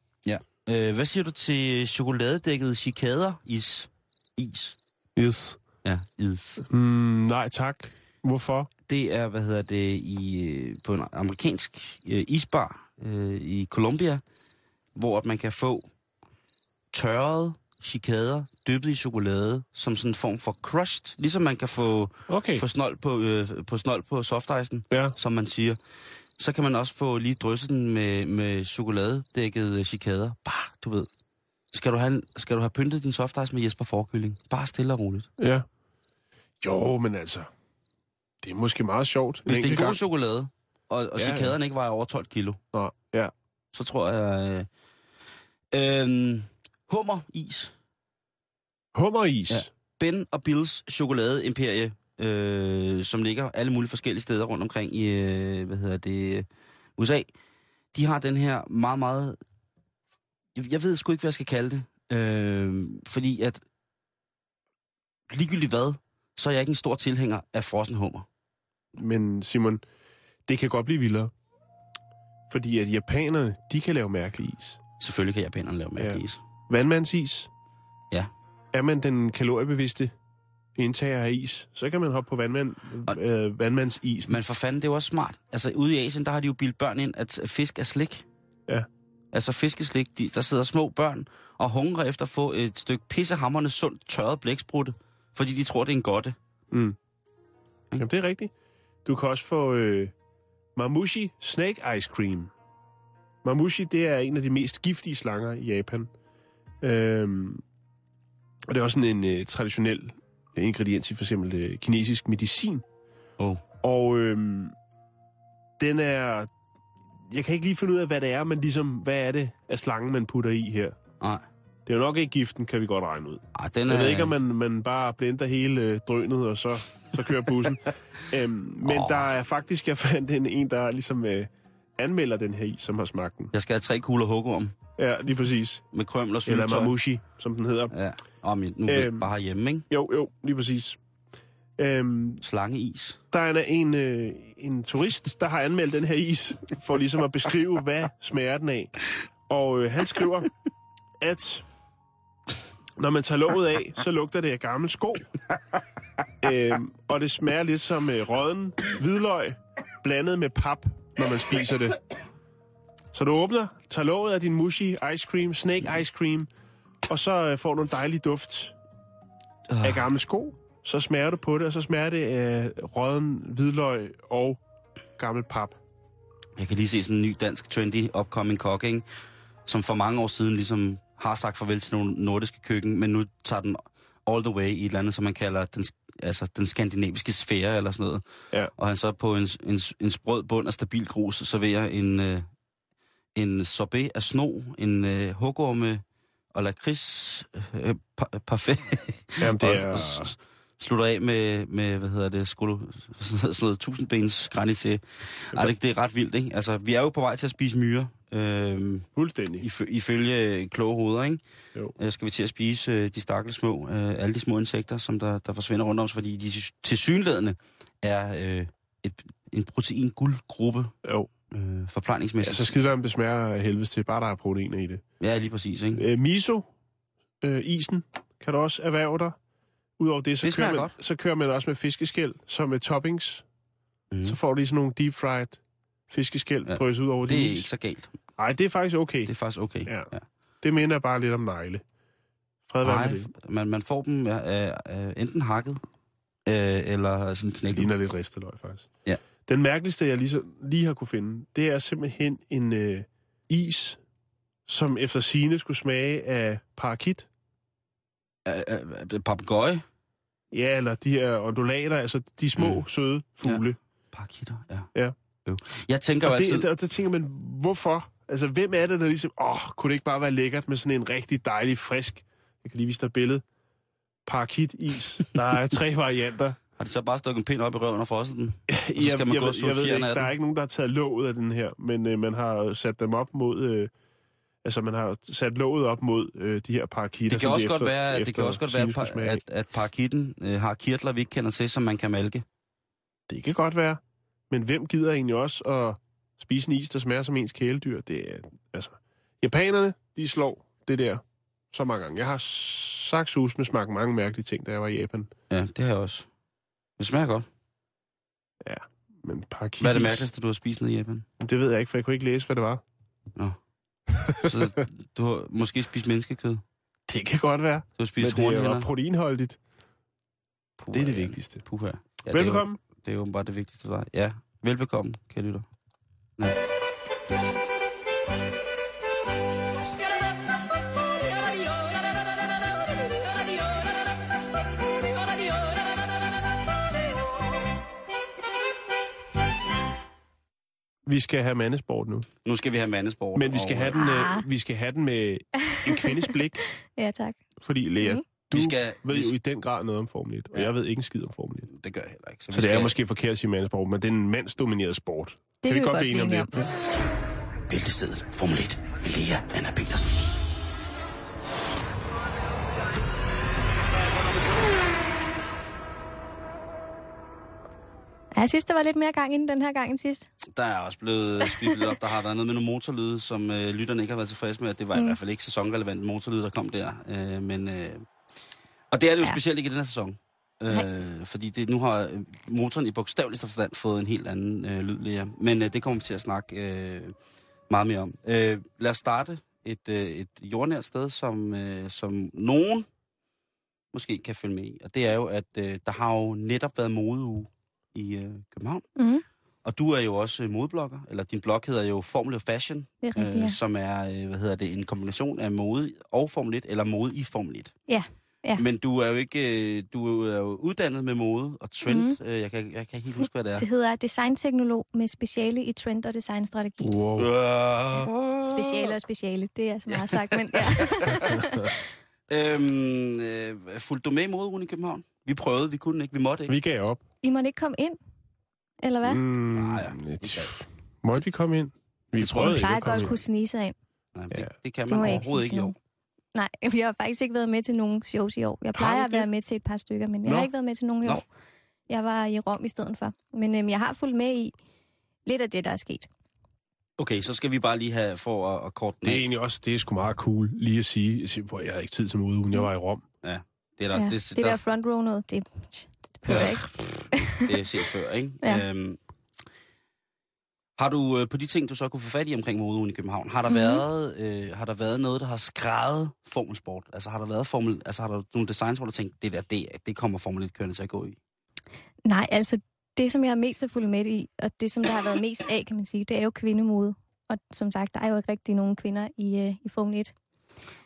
Øh, hvad siger du til chokoladedækket chikader is? Is.
Yes.
Ja, is.
Mm, nej, tak. Hvorfor?
Det er, hvad hedder det, i, øh, på en amerikansk øh, isbar øh, i Colombia, hvor at man kan få tørrede chikader, dyppet i chokolade, som sådan en form for crust, ligesom man kan få,
Okay.
få snold på, øh, på, snold på softicen,
Ja.
som man siger. Så kan man også få lige drysset den med, med chokoladedækkede chikader. Bare, du ved. Skal du, have, en- skal du have pyntet din softice med Jesper Forkylling? Bare stille og roligt.
Ja. Jo, men altså... Det er måske meget sjovt.
Hvis det er en
enkelt
god
gang.
chokolade, og, og
Ja,
ja,
ja.
chikaderne ikke vejer over 12 kilo,
Nå, ja.
så tror jeg... Øh, øh, hummer is.
Hummeris.
Ja. Ben og Bills chokoladeimperie, øh, som ligger alle mulige forskellige steder rundt omkring i, øh, hvad hedder det, øh, USA. De har den her meget, meget... Jeg, jeg ved sgu ikke, hvad jeg skal kalde det. Øh, fordi at... Ligegyldigt hvad, så er jeg ikke en stor tilhænger af frossen hummer.
Men Simon, det kan godt blive vildere. Fordi at japanerne, de kan lave mærkelig is.
Selvfølgelig kan japanerne lave mærkelig
Ja.
is.
Vandmandsis.
Ja.
Er man den kaloriebevidste indtager af is, så kan man hoppe på vandmand, øh, vandmandsisen.
Men for fanden, det er jo også smart. Altså ude i Asien, der har de jo bildt børn ind, at fisk er slik.
Ja.
Altså fiskeslik. De, der sidder små børn og hungrer efter at få et stykke pissehammerende sundt tørret blæksprutte, fordi de tror, det er en godte.
Mm. Jamen, det er rigtigt. Du kan også få øh, mamushi snake ice cream. Mamushi, det er en af de mest giftige slanger i Japan. Øhm, og det er også sådan en øh, traditionel ingrediens i for eksempel øh, kinesisk medicin.
Oh.
Og øhm, den er... Jeg kan ikke lige finde ud af, hvad det er, men ligesom, hvad er det af slangen, man putter i her?
Nej.
Det er jo nok ikke giften, kan vi godt regne ud.
Ej, den er...
Jeg ved ikke, om man, man bare blender hele øh, drønet, og så, så kører bussen. øhm, men
Åh.
oh. der er faktisk, jeg fandt en, en der ligesom øh, anmelder den her i, som har smagt den.
Jeg skal have tre kugler hugorm
Ja, lige præcis.
med krømler og
Eller
syltetøj.
mamushi, som den hedder.
Ja, om nu er det
Øhm.
bare hjemme, ikke?
Jo, jo, lige præcis. Øhm,
Slangeis.
der er en, øh, en turist, der har anmeldt den her is, for ligesom at beskrive, hvad smager den af. Og øh, han skriver, at når man tager låget af, så lugter det af gamle sko. Øhm, og det smager lidt som øh, rødden hvidløg blandet med pap, når man spiser det. Så du åbner, tager låget af din mushi ice cream, snake ice cream, og så øh, får du en dejlig duft af gamle sko. Så smager du på det, og så smager det af rødden hvidløg og gammel pap.
Jeg kan lige se sådan en ny dansk trendy upcoming kok, ikke? Som for mange år siden ligesom har sagt farvel til nogle nordiske køkken, men nu tager den all the way i et eller andet, som man kalder den, altså den skandinaviske sfære eller sådan noget.
Ja.
Og han så på en, en, en sprød bund af stabil grus serverer en, øh, en sorbet af sno, en øh, hugorme og lakrids øh, pa- parfait.
Jamen, det
Og
er...
s- s- slutter af med, med hvad hedder det, skolo, sådan noget tusindbens granité. Ej, det, det er ret vildt, ikke? Altså, vi er jo på vej til at spise myre, øh,
Fuldstændig.
if, ifølge øh, kloge hoveder, ikke?
Jo.
Øh, skal vi til at spise øh, de stakkels små, øh, alle de små insekter, som der, der forsvinder rundt om os, fordi de til synlædende er øh, et, en protein-guldgruppe
Jo.
øh,
Ja, så
forplejningsmæssigt.
skider om det smager af helvedes til, bare der er proteiner i det.
Ja, lige præcis, ikke?
Øh, miso, øh, isen, kan du også erhverve dig. Udover det, så,
Det smager
kører, man,
godt.
så kører man også med fiskeskæl, som med toppings.
Mm.
Mm. Så får du lige sådan nogle deep fried fiskeskæl,
Ja.
ja. drysset ud over
Det er
din
ikke
is.
så galt.
Nej, det er faktisk okay.
Det er
Det,
faktisk okay.
Ja. det minder bare lidt om negle. Fred være
Nej,
med det.
man, man får dem øh, øh, enten hakket, øh, eller sådan
Det
knækket.
ligner lidt risteløg, faktisk.
Ja.
Den mærkeligste, jeg lige, så, lige har kunne finde, det er simpelthen en øh, is, som efter sine skulle smage af parakit.
Øh, øh, Papegøje.
Ja, eller de her ondulater, altså de små,
Mm.
mm. søde fugle.
Pakitter, ja.
Ja.
Jo. Jeg tænker jo
Og det,
altid...
der, der tænker man, hvorfor? Altså, hvem er det, der ligesom, åh, kunne det ikke bare være lækkert med sådan en rigtig dejlig, frisk, jeg kan lige vise dig et billede, parakit-is. Der er tre varianter.
Har de så bare stukket en pind op i røven og frosset den?
Jeg,
skal man
jeg,
gå og
ved-
suge
jeg ved
fjerne
ikke,
af
der
den.
er ikke nogen, der har taget låget af den her, men øh, man har sat dem op mod... Øh, altså, man har sat låget op mod øh, de her parakitter.
Det kan
som
også
de
godt
efter-
være, at- det kan
efter
også godt være,
sine
at par-
skulle smage af.
at, at parakitten øh, har kirtler, vi ikke kender til, som man kan malke.
Det kan godt være. Men hvem gider egentlig også at spise en is, der smager som ens kæledyr? Det er, altså... Japanerne, de slår det der så mange gange. Jeg har sagt sus med smagt mange mærkelige ting, da jeg var i Japan.
Ja, det har jeg også. Det smager godt.
Men parakitis,
Hvad er det mærkeligste, du har spist nede i Japan?
Det ved jeg ikke, for jeg kunne ikke læse, hvad det var.
Så du har måske spist menneskekød?
Det kan godt være.
Du har
Men
spist
det er jo
hornhinder?
proteinholdigt.
Puha,
Det er det
ja.
vigtigste.
Puha. Ja, det er jo-
Velkommen.
Det er jo bare det vigtigste for dig. Ja, velbekomme, kan lytter. Ja.
Vi skal have mandesport nu.
Nu skal vi have mandesport.
Men vi skal,
og,
have
øh,
den,
Ah.
øh, vi skal have den med en kvindes blik,
Ja, tak.
fordi Lea,
Mhm.
du
Vi skal-
ved
vi-
jo i den grad noget om Formel 1, og
Ja.
jeg ved ikke en skid om Formel 1.
Det gør jeg heller ikke.
Så det er måske forkert at sige mandsport, men det er en mandsdomineret sport.
Det
vi
kan vi
godt
godt
blive enige om
blive
det?
enige om.
Bæltestedet Formel 1 med Lea Anna Petersen.
Ja, jeg synes, der var lidt mere gang inden den her gang end sidst.
Der er også blevet skiftet op. Der har været noget med nogle motorlyde, som øh, lytterne ikke har været tilfredse med. og Det var mm. i hvert fald ikke sæsonrelevant motorlyde, der kom der. Øh, men, øh, og det er det jo ja.
Ja.
specielt ikke i den her sæson. Øh, fordi det, nu har øh, motoren i bogstaveligste forstand fået en helt anden øh, lyd, Lea. Men øh, det kommer vi til at snakke øh, meget mere om. Øh, lad os starte et, øh, et jordnært sted, som, øh, som nogen måske kan følge med i. Og det er jo, at øh, der har jo netop været modeuge i øh, København.
Mm.
Og du er jo også øh, modeblogger, eller din blog hedder jo Formel og Fashion,
Det er rigtigt,
øh,
ja.
som er, øh, hvad hedder det, en kombination af mode og Formel 1, eller mode i Formel 1.
Ja, ja.
Men du er jo ikke, øh, du er jo uddannet med mode og trend. Mm.
Mhm.
Øh, jeg, kan, jeg kan ikke helt huske, hvad det er.
Det hedder designteknolog med speciale i trend- og designstrategi. Uh.
Wow.
Speciale og speciale, det er så meget sagt, men ja.
Øhm, øh, fulgte du med i moderugen i København? Vi prøvede, vi kunne ikke, vi måtte ikke.
Vi gav op.
I må ikke komme ind, eller hvad? Mm,
Mm,
Nej, ja.
et- Måtte vi komme ind? Vi
Det tror
prøvede
jeg
ikke
plejer
at
godt
komme
at kunne
ind.
snige sig ind.
Nej,
Ja.
det, det kan
Det må
man
jeg ikke sige
overhovedet ikke i
til
år.
Nej, jeg har faktisk ikke været med til nogen shows i år. Jeg
Har du
plejer at
ikke
være med til et par stykker, men jeg
Nå.
har ikke været med til nogen i
Nå.
år. Jeg var i Rom i stedet for. Men øhm, jeg har fulgt med i lidt af det, der er sket.
Okay, så skal vi bare lige have for at, at kort den
Det er
af.
egentlig også, det er sgu meget cool lige at sige, at sige, "Prøv, jeg havde ikke tid til mode, ugen jeg var i Rom.
Det er der,
Ja,
ja,
det, det der front row noget, det, det behøver jeg ikke.
det er set før, ikke?
Ja.
Øhm, har du øh, på de ting, du så kunne få fat i omkring modeugen i København, har der,
Mhm.
mm-hmm. været, øh, har der været noget, der har skrevet formelsport? Altså har der været formel, altså har der nogle designs, hvor du tænkte, det der, det, det kommer Formel 1 kørende til at gå i?
Nej, altså det, som jeg er mest har fulgt med i, og det, som der har været mest af, kan man sige, det er jo kvindemode. Og som sagt, der er jo ikke rigtig nogen kvinder i, øh, i Formel 1.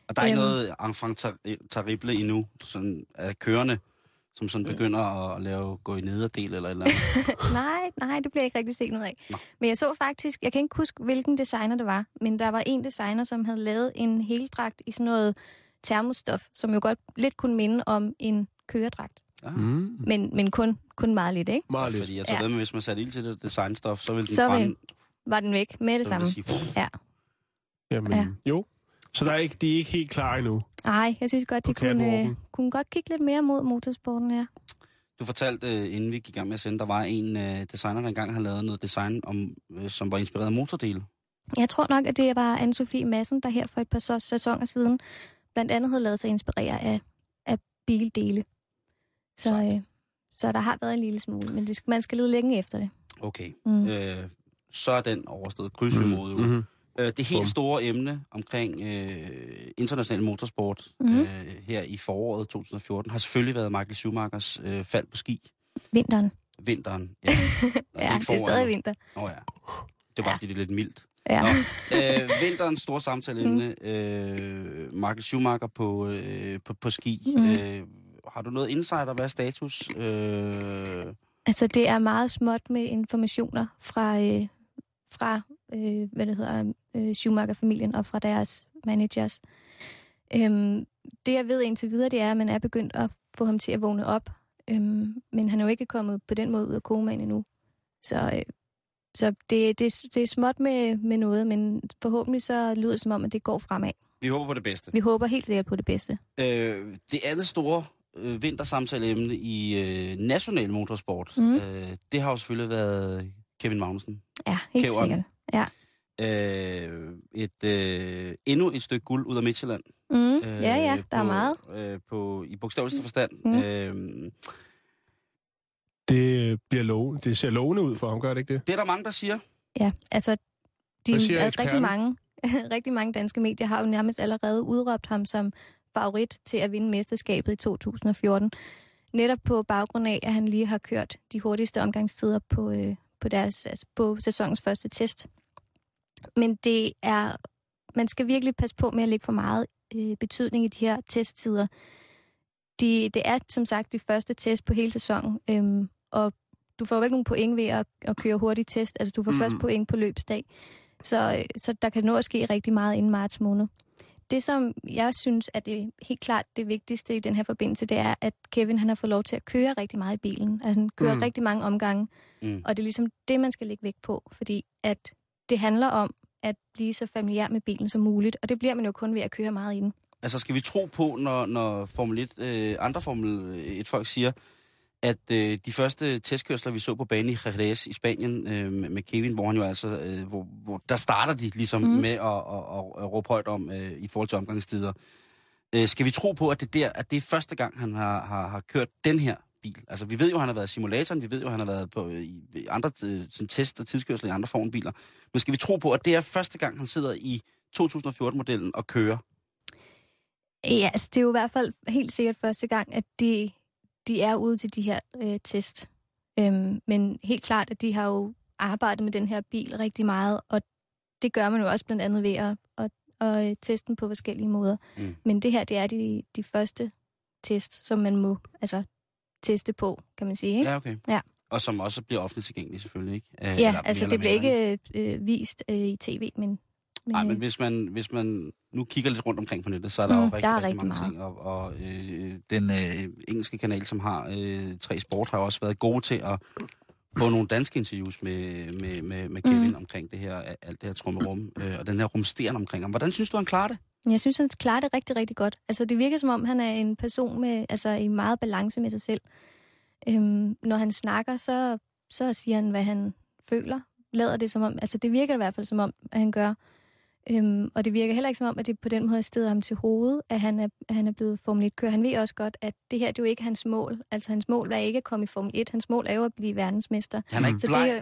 Og der er ikke
Øhm.
noget enfant tar- øh, terrible endnu, sådan af kørende, som sådan
Mm.
begynder at lave gå i nederdel eller et eller andet.
nej, nej, det bliver jeg ikke rigtig set noget af.
Nå.
Men jeg så faktisk, jeg kan ikke huske, hvilken designer det var, men der var en designer, som havde lavet en heldragt i sådan noget termostof, som jo godt lidt kunne minde om en køredragt.
Ah.
Mm.
Men, men kun, kun meget lidt, ikke?
Meget lidt.
Fordi jeg tror,
Ja.
ja. hvis man satte ild til det designstof, så ville den
Så vil-
brænde.
Var den væk med det
så ville
samme?
det sige,
Jamen,
Ja.
jo. Så der er ikke, de er ikke helt klar endnu.
Mm.
Nej, jeg synes godt,
På
de kunne, øh,
catwalken.
kunne godt kigge lidt mere mod motorsporten her.
Du fortalte, øh, inden vi gik i gang med at sende, der var en øh, designer, der engang havde lavet noget design, om, øh, som var inspireret af motordele.
Jeg tror nok, at det var Anne-Sophie Madsen, der her for et par så- sæsoner siden blandt andet havde lavet sig inspirere af, af bildele. Så, øh, så der har været en lille smule, men det skal, man skal lede længe efter det.
Okay.
Mm.
Øh, så er den overstået krydsvimode. Mm. Mm.
Mm-hmm.
Øh, det
Bum.
helt store emne omkring øh, international motorsport
Mhm.
mm. øh, her i foråret 2014 har selvfølgelig været Michael Schumachers øh, fald på ski.
Vinteren.
Vinteren. Ja, Nå,
Ja, det er
foråret
stadig
nu.
vinter.
Nå ja. Det var bare, fordi det er lidt mildt.
Ja.
Nå, øh, vinterens store samtaleemne,
Mm.
øh, Michael Schumacher på, øh, på, på ski.
Mm.
Mm. Øh, har du noget insider? Hvad er status? Øh,
Altså, det er meget småt med informationer fra, øh, fra øh, hvad det hedder, øh, Schumacher-familien og fra deres managers. Øhm, det, jeg ved indtil videre, det er, at man er begyndt at få ham til at vågne op. Øhm, men han er jo ikke kommet på den måde ud af komaen endnu. Så, øh, så det, det, det er småt med, med noget, men forhåbentlig så lyder det som om, at det går fremad.
vi håber på det bedste.
Vi håber helt sikkert på det bedste.
Øh, det andet store øh, vintersamtaleemne i øh, national motorsport,
Mm.
mm. øh, det har jo selvfølgelig været Kevin Magnussen.
Ja, helt
Kæveren.
sikkert.
Øh, et, øh, endnu et stykke guld ud af Midtjylland.
Mm, ja, ja,
på,
der er meget.
Øh, på, I bogstaveligste forstand.
Mm.
Mm. Øh,
Det, øh, bliver lovende. det ser lovende ud for ham, gør det ikke det?
det er der mange, der siger.
Ja, altså de,
Hvad siger
er
eksperten?
rigtig, mange, rigtig mange danske medier har jo nærmest allerede udråbt ham som favorit til at vinde mesterskabet i 2014. Netop på baggrund af, at han lige har kørt de hurtigste omgangstider på, øh, på, deres, altså på sæsonens første test. Men det er, man skal virkelig passe på med at lægge for meget øh, betydning i de her testtider. De, det er som sagt de første test på hele sæsonen, øhm, og du får jo ikke nogen point ved at, at køre hurtig test. Altså, du får mm. først
Mhm.
point på løbsdag. Så, øh, så der kan nå at ske rigtig meget inden marts måned. Det, som jeg synes er det helt klart det vigtigste i den her forbindelse, det er, at Kevin han har fået lov til at køre rigtig meget i bilen. At han kører
Mm.
mm. rigtig mange omgange.
Mm.
Og det er ligesom det, man skal lægge vægt på, fordi at det handler om at blive så familiær med bilen som muligt, og det bliver man jo kun ved at køre meget i den.
Altså, skal vi tro på, når, når Formel 1, øh, andre Formel 1-folk siger, at øh, de første testkørsler, vi så på banen i Jerez i Spanien øh, med med Kevin, hvor han jo altså, øh, hvor, hvor, der starter de ligesom
Mhm.
mm. med at, at, at, at råbe højt om øh, i forhold til omgangstider. Øh, skal vi tro på, at det, der, at det er første gang, han har, har, har kørt den her bil? Altså, vi ved jo, at han har været i simulatoren, vi ved jo, at han har været på øh, i i andre øh, sådan test- og tidskørsler i andre formbiler. Men skal vi tro på, at det er første gang, han sidder i 2014-modellen og kører?
Ja, altså, det er jo i hvert fald helt sikkert første gang, at de, de er ude til de her øh, test. Øhm, men helt klart, at de har jo arbejdet med den her bil rigtig meget, og det gør man jo også blandt andet ved at, at, at, at teste den på forskellige måder.
Mm.
Mm. Men det her, det er de, de første test, som man må altså, teste på, kan man sige. Ikke?
Ja, okay.
Ja.
Og som også bliver offentligt tilgængelig selvfølgelig, ikke? Øh,
Ja,
eller
altså
mere
det
eller
bliver
mindre,
ikke øh, vist øh, i tv, men... men,
Nej, men
øh,
hvis man, hvis man nu kigger lidt rundt omkring på nettet, så er der mm,
Mm,
jo
der
rigtig,
er
rigtig, rigtig
rigtig
mange ting. Og, og øh, den øh, engelske kanal, som har øh, tre sport, har jo også været gode til at få nogle danske interviews med, med, med, med Kevin mm.
Mm. omkring
omkring det her, alt det her trummerum, øh, og den her rumsteren omkring ham. Hvordan synes du, han klarer det?
øh, Jeg synes, han klarer det rigtig, rigtig godt. Altså, det virker som om, han er en person med, altså, i meget balance med sig selv. Øhm, når han snakker, så, så siger han, hvad han føler. Lader det som om, altså det virker i hvert fald som om, at han gør. Øhm, og det virker heller ikke som om, at det på den måde steder ham til hovedet, at han er, at han er blevet Formel 1-kører. Han ved også godt, at det her det er jo ikke hans mål. Altså hans mål er ikke at komme i Formel 1. Hans mål er jo at blive verdensmester.
Han er ikke
Så
bleg.
det, er-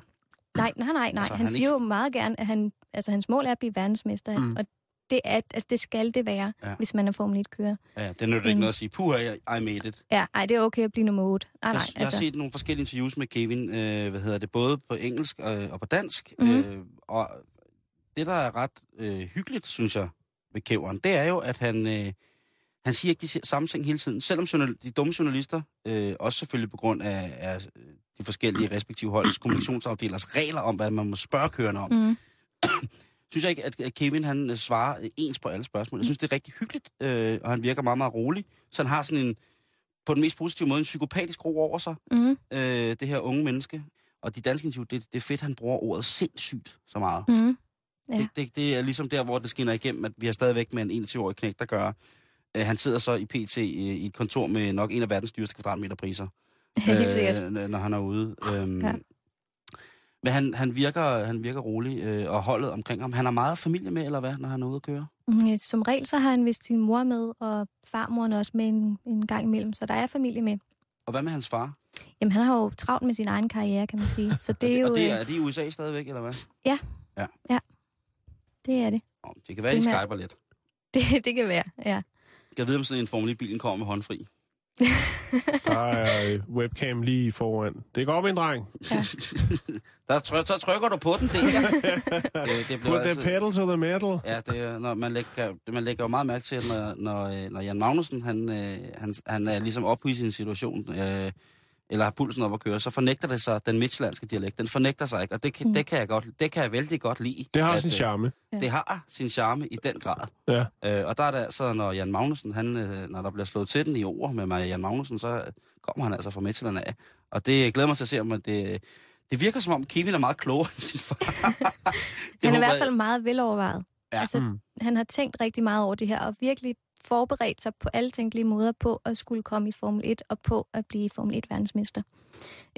nej, nej, nej, nej.
Altså,
Altså,
han
han, han
er
siger jo meget gerne, at han, altså, hans mål er at blive verdensmester.
Mm.
Mm. Og det, er, altså, det skal det være,
Ja.
ja. hvis man er Formel 1-kører.
Ja, det nytter ikke
Mm.
noget at sige, puha, jeg- I made it.
Ja, ej, det er okay at blive nummer 8. Ej,
Jeg,
nej,
altså. jeg har
altså,
set nogle forskellige interviews med Kevin, øh, hvad hedder det, både på engelsk øh, og på dansk. Mm.
Mhm.
Øh, og det, der er ret øh, hyggeligt, synes jeg, ved Kæveren, det er jo, at han, øh, han siger ikke de se- samme ting hele tiden. Selvom journal- de dumme journalister, øh, også selvfølgelig på grund af, af øh, de forskellige respektive holds kommunikationsafdelers regler om, hvad man må spørge kørende om,
mm,
synes jeg ikke, at at Kevin han øh, svarer øh, ens på alle spørgsmål. Jeg synes, det er rigtig hyggeligt, øh, og han virker meget, meget rolig. Så han har sådan en, på den mest positive måde, en psykopatisk ro over sig,
mm,
øh, det her unge menneske. Og de danske interview, det, det er fedt, han bruger ordet sindssygt så meget.
mm.
Ja.
Ja.
Det, det, det er ligesom der, hvor det skinner igennem, at vi har stadigvæk med en 21-årig knæk, der gør... Øh, han sidder så i PT øh, i et kontor med nok en af verdens dyreste kvadratmeterpriser,
Helt sikkert.
øh, når han er ude. Øhm, ja.
Ja.
Men han, han, virker, han virker rolig, øh, og holdet omkring ham. Han har meget familie med, eller hvad, når han er ude at køre?
Mm, ja, Som regel, så har han vist sin mor med, og farmoren også med en, en gang imellem, så der er familie med.
Og hvad med hans far?
Jamen, han har jo travlt med sin egen karriere, kan man sige. Så det er jo...
og det er,
øh,
er de i USA stadigvæk, eller hvad?
det, er det.
Oh, det kan være, de
Primært.
skyper lidt.
det. Det kan være, ja.
Jeg ved, om sådan en Formel 1-bilen kommer med håndfri.
Der er øh, webcam lige foran. Det går op, min dreng.
Der try- så trykker du på den, det her. det, det
Put the pedal to the metal.
Ja, det, er- når man, lægger, man lægger jo meget mærke til, når, når, øh, når Jan Magnussen, han, øh, han, han er ligesom oppe i sin situation, øh, eller har pulsen op at køre, så fornægter det sig, den midtjyllandske dialekt, den fornægter sig ikke, og det kan, mm.
Mm.
det kan jeg godt, det kan jeg vældig godt lide.
Det har
at,
sin
øh,
charme.
Det har sin charme i den grad.
Ja.
Øh, og der er det altså, når Jan Magnussen, han, øh, når der bliver slået til den i ord med mig, Jan Magnussen, så øh, kommer han altså fra Midtjylland af. Og det glæder mig til at se, om at det, det virker som om, Kevin er meget klogere end sin far. Det
Han er i
håber
hvert
jeg-
fald meget velovervejet.
Ja.
Altså,
Mm.
han har tænkt rigtig meget over det her, og virkelig forberedt sig på alle tænkelige måder på at skulle komme i Formel 1, og på at blive Formel 1-verdensmester.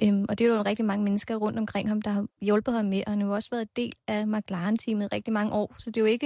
Øhm, og det er der jo rigtig mange mennesker rundt omkring ham, der har hjulpet ham med, og han har jo også været en del af McLaren-teamet rigtig mange år, så det er jo ikke,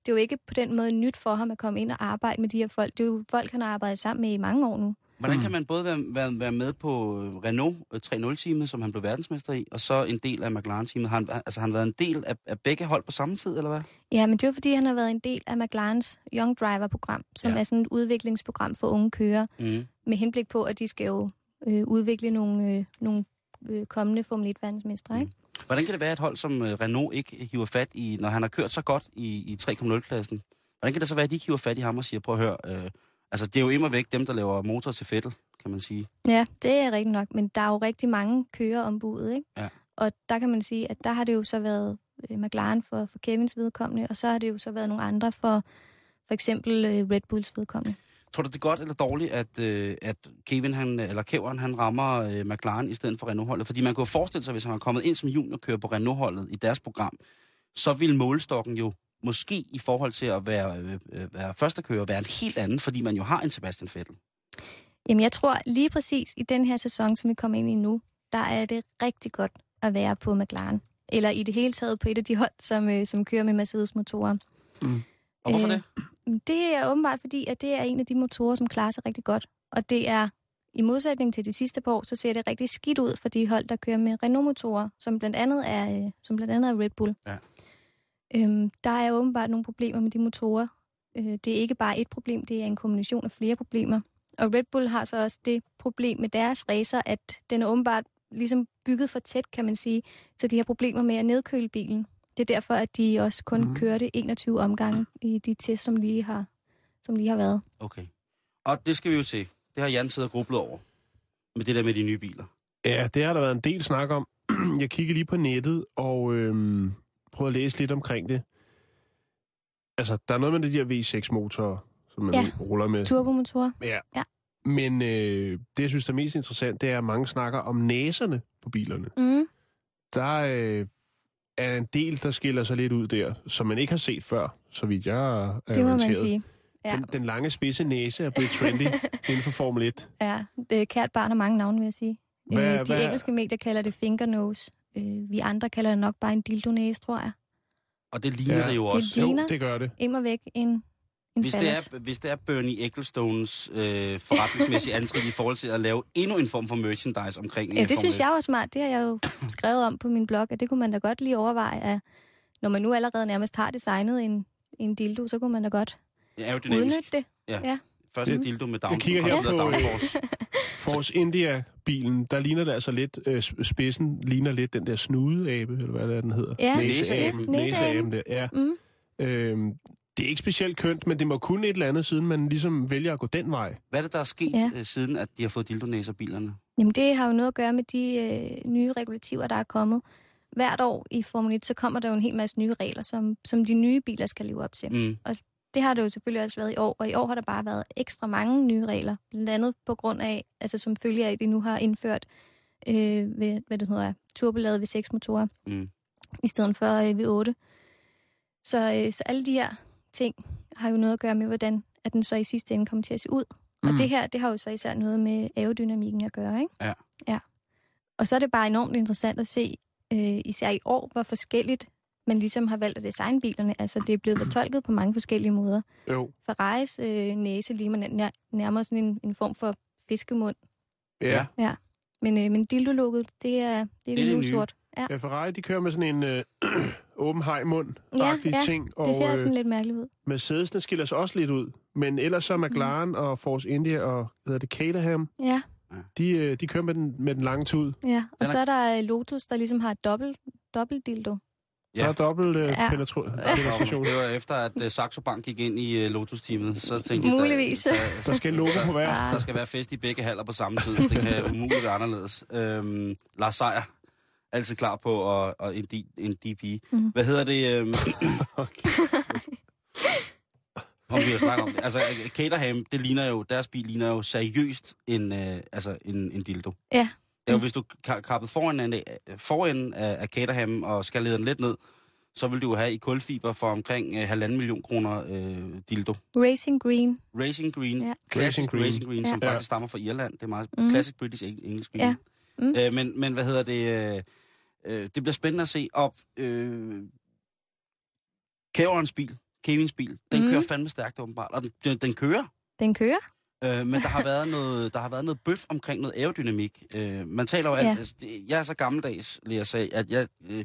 det er jo ikke på den måde nyt for ham at komme ind og arbejde med de her folk. Det er jo folk, han har arbejdet sammen med i mange år nu.
Hvordan kan man både være, være, være med på øh, Renault 3.0-teamet, som han blev verdensmester i, og så en del af McLaren-teamet? Har han, altså, har han været en del af, af begge hold på samme tid, eller hvad?
Ja, men det er jo fordi, han har været en del af McLarens Young Driver-program, som
Ja.
ja. er sådan et udviklingsprogram for unge kører,
Mm.
med henblik på, at de skal jo øh, udvikle nogle, øh, nogle øh, kommende Formel 1-verdensmestre, ikke?
Hvordan kan det være, at et hold som øh, Renault ikke hiver fat i, når han har kørt så godt i, i 3.0-klassen? Hvordan kan det så være, at de ikke hiver fat i ham og siger, prøv at høre, øh, altså det er jo immer væk dem, der laver motor til fettel, kan man sige.
Ja, det er rigtigt nok, men der er jo rigtig mange kører ombud, ikke?
Ja.
Og der kan man sige, at der har det jo så været øh, McLaren for, for Kevins vedkommende, og så har det jo så været nogle andre for for eksempel øh, Red Bulls vedkommende.
Tror du, det er godt eller dårligt, at, øh, at Kevin, han, eller Kæveren, han rammer øh, McLaren i stedet for Renault-holdet? Fordi man kunne jo forestille sig, hvis han var kommet ind som juniorkører på Renault-holdet i deres program, så ville målestokken jo måske i forhold til at være, øh, øh, være førstekører være en helt anden, fordi man jo har en Sebastian Vettel.
Jamen, jeg tror lige præcis i den her sæson, som vi kommer ind i nu, der er det rigtig godt at være på McLaren. Eller i det hele taget på et af de hold, som, øh, som kører med Mercedes-motorer.
Og hvorfor øh.
Øh.
det?
Det er åbenbart fordi, at det er en af de motorer, som klarer sig rigtig godt. Og det er, i modsætning til de sidste par år, så ser det rigtig skidt ud for de hold, der kører med Renault-motorer, som blandt andet er, øh, som blandt andet er Red Bull.
Ja.
Øhm, der er åbenbart nogle problemer med de motorer. Øh, det er ikke bare et problem, det er en kombination af flere problemer. Og Red Bull har så også det problem med deres racer, at den er åbenbart ligesom bygget for tæt, kan man sige, så de har problemer med at nedkøle bilen. Det er derfor, at de også kun
Mhm.
mm. kørte 21 omgange i de test, som lige har, som lige har været.
Okay. Og det skal vi jo til. Det har Jan siddet og grublet over. Med det der med de nye biler.
Ja, det har der været en del snak om. Jeg kiggede lige på nettet og øhm, prøvede at læse lidt omkring det. Altså, der er noget med de der V6-motorer, som man
Ja.
ja. ruller med.
Turbomotorer.
Ja.
Ja.
Men øh, det, jeg synes, der er mest interessant, det er, at mange snakker om næserne på bilerne.
Mm.
Der øh, er en del, der skiller sig lidt ud der, som man ikke har set før, så vidt jeg er
Det må man
orienteret.
sige. Ja.
Den, den lange spidse næse er blevet trendy inden for Formel 1.
Ja, det er kært barn har mange navne, vil jeg sige. Hvad,
Hvad-
øh, de
hvad-
hvad? engelske medier kalder det fingernose. Øh, vi andre kalder det nok bare en dildonæse, tror jeg.
Og det ligner ja,
Ja.
det jo
Det
også.
ligner
Jo, det gør det.
immer væk en, en
Hvis det, er, hvis det er Bernie Ecclestones øh, forretningsmæssige antrin i forhold til at lave endnu en form for merchandise omkring...
Ja, det synes jeg var smart. Det har jeg jo skrevet om på min blog, at det kunne man da godt lige overveje, at når man nu allerede nærmest har designet en, en dildo, så kunne man da godt
jeg. Aerodynamisk.
udnytte det.
Første
Det-
dildo med down,
Jeg kigger her
koncept af
på, øh,
downforce.
Force India-bilen, der ligner det altså lidt, øh, sp- spidsen ligner lidt den der snudeabe, eller hvad det er, den hedder.
Ja.
Næseaben.
Ja, næseaben.
Næseaben der, ja.
Mm.
Øhm, det er ikke specielt kønt, men det må kun et eller andet, siden man ligesom vælger at gå den vej.
Hvad er det, der er sket,
Ja.
ja. siden at de har fået dildonæserbilerne?
Jamen det har jo noget at gøre med de øh, nye regulativer, der er kommet. Hvert år i Formel 1, så kommer der jo en hel masse nye regler, som, som de nye biler skal leve op til.
Mm.
det har det jo selvfølgelig også været i år, og i år har der bare været ekstra mange nye regler, blandt andet på grund af, altså som følge af, at de nu har indført, øh, ved, hvad det hedder, turboladede V6-motorer,
Mm.
i stedet for øh, V8. Så, øh, så alle de her ting har jo noget at gøre med, hvordan at den så i sidste ende kommer til at se ud. Mm. Og det her, det har jo så især noget med aerodynamikken at gøre, ikke?
Ja.
ja. Og så er det bare enormt interessant at se, øh, især i år, hvor forskelligt man ligesom har valgt at designe bilerne. Altså, det er blevet fortolket på mange forskellige måder.
Jo.
Ferraris øh, næse lige man nær, nærmere sådan en, en form for fiskemund.
Ja.
Men, øh, men dildo-lukket, det er, det er
Det er
det,
det
det
nye.
sort. Ja,
ja. Ferrari, de kører med sådan en øh, åben hejmund ja,
Ja,
ja.
ja.
ting, og
det ser
øh,
sådan lidt mærkeligt ud.
Mercedes'ene skiller sig også lidt ud. Men ellers så er
Mm.
McLaren og Force India og hvad hedder det, Caterham,
Ja,
de, øh, de kører med den, med den lange tud.
ja. Og
Den er-
så er der øh, Lotus, der ligesom har dobbelt, dobbelt dildo.
Ja.
Ja. Der er dobbelt øh,
Ja.
ja. penetration.
Det var efter, at uh, Saxo Bank gik ind i uh, Lotus-teamet. Så tænkte
Muligvis.
Jeg, der, der,
Der skal logo på hver.
Ah,
Der skal være fest i begge halder på samme tid. Det kan umuligt være anderledes. Øhm, Lars Seier, altid klar på at, at en, D, en DP.
Mhm.
Hvad hedder det? Øhm, om vi har snakket om det. Altså, Caterham, det ligner jo, deres bil ligner jo seriøst en, øh, altså en, en dildo.
Ja.
Det er jo, hvis du ka- kappede foran, af- foran af, af Caterham og skal lede den lidt ned, så vil du jo have i kulfiber for omkring øh, halvanden million kroner øh, dildo.
Racing Green.
Racing Green, ja.
Ja.
klassisk Racing Green,
Racing Green.
Racing Green som
Ja.
faktisk stammer fra Irland. Det er meget mm.
Mhm.
klassisk British Eng- English Green.
Ja.
Mm.
Mhm.
Øh, men, men hvad hedder det? øh, Øh, det bliver spændende at se op. Øh, Kæverens bil, Kevins bil, den mm.
Mhm.
kører fandme stærkt åbenbart. Og den, den, den kører.
Den kører.
Øh, men der har, været noget, der har været noget bøf omkring noget aerodynamik. Øh, man taler jo, at ja.
Ja.
altså, det, jeg er så gammeldags, vil jeg sige, at jeg, øh,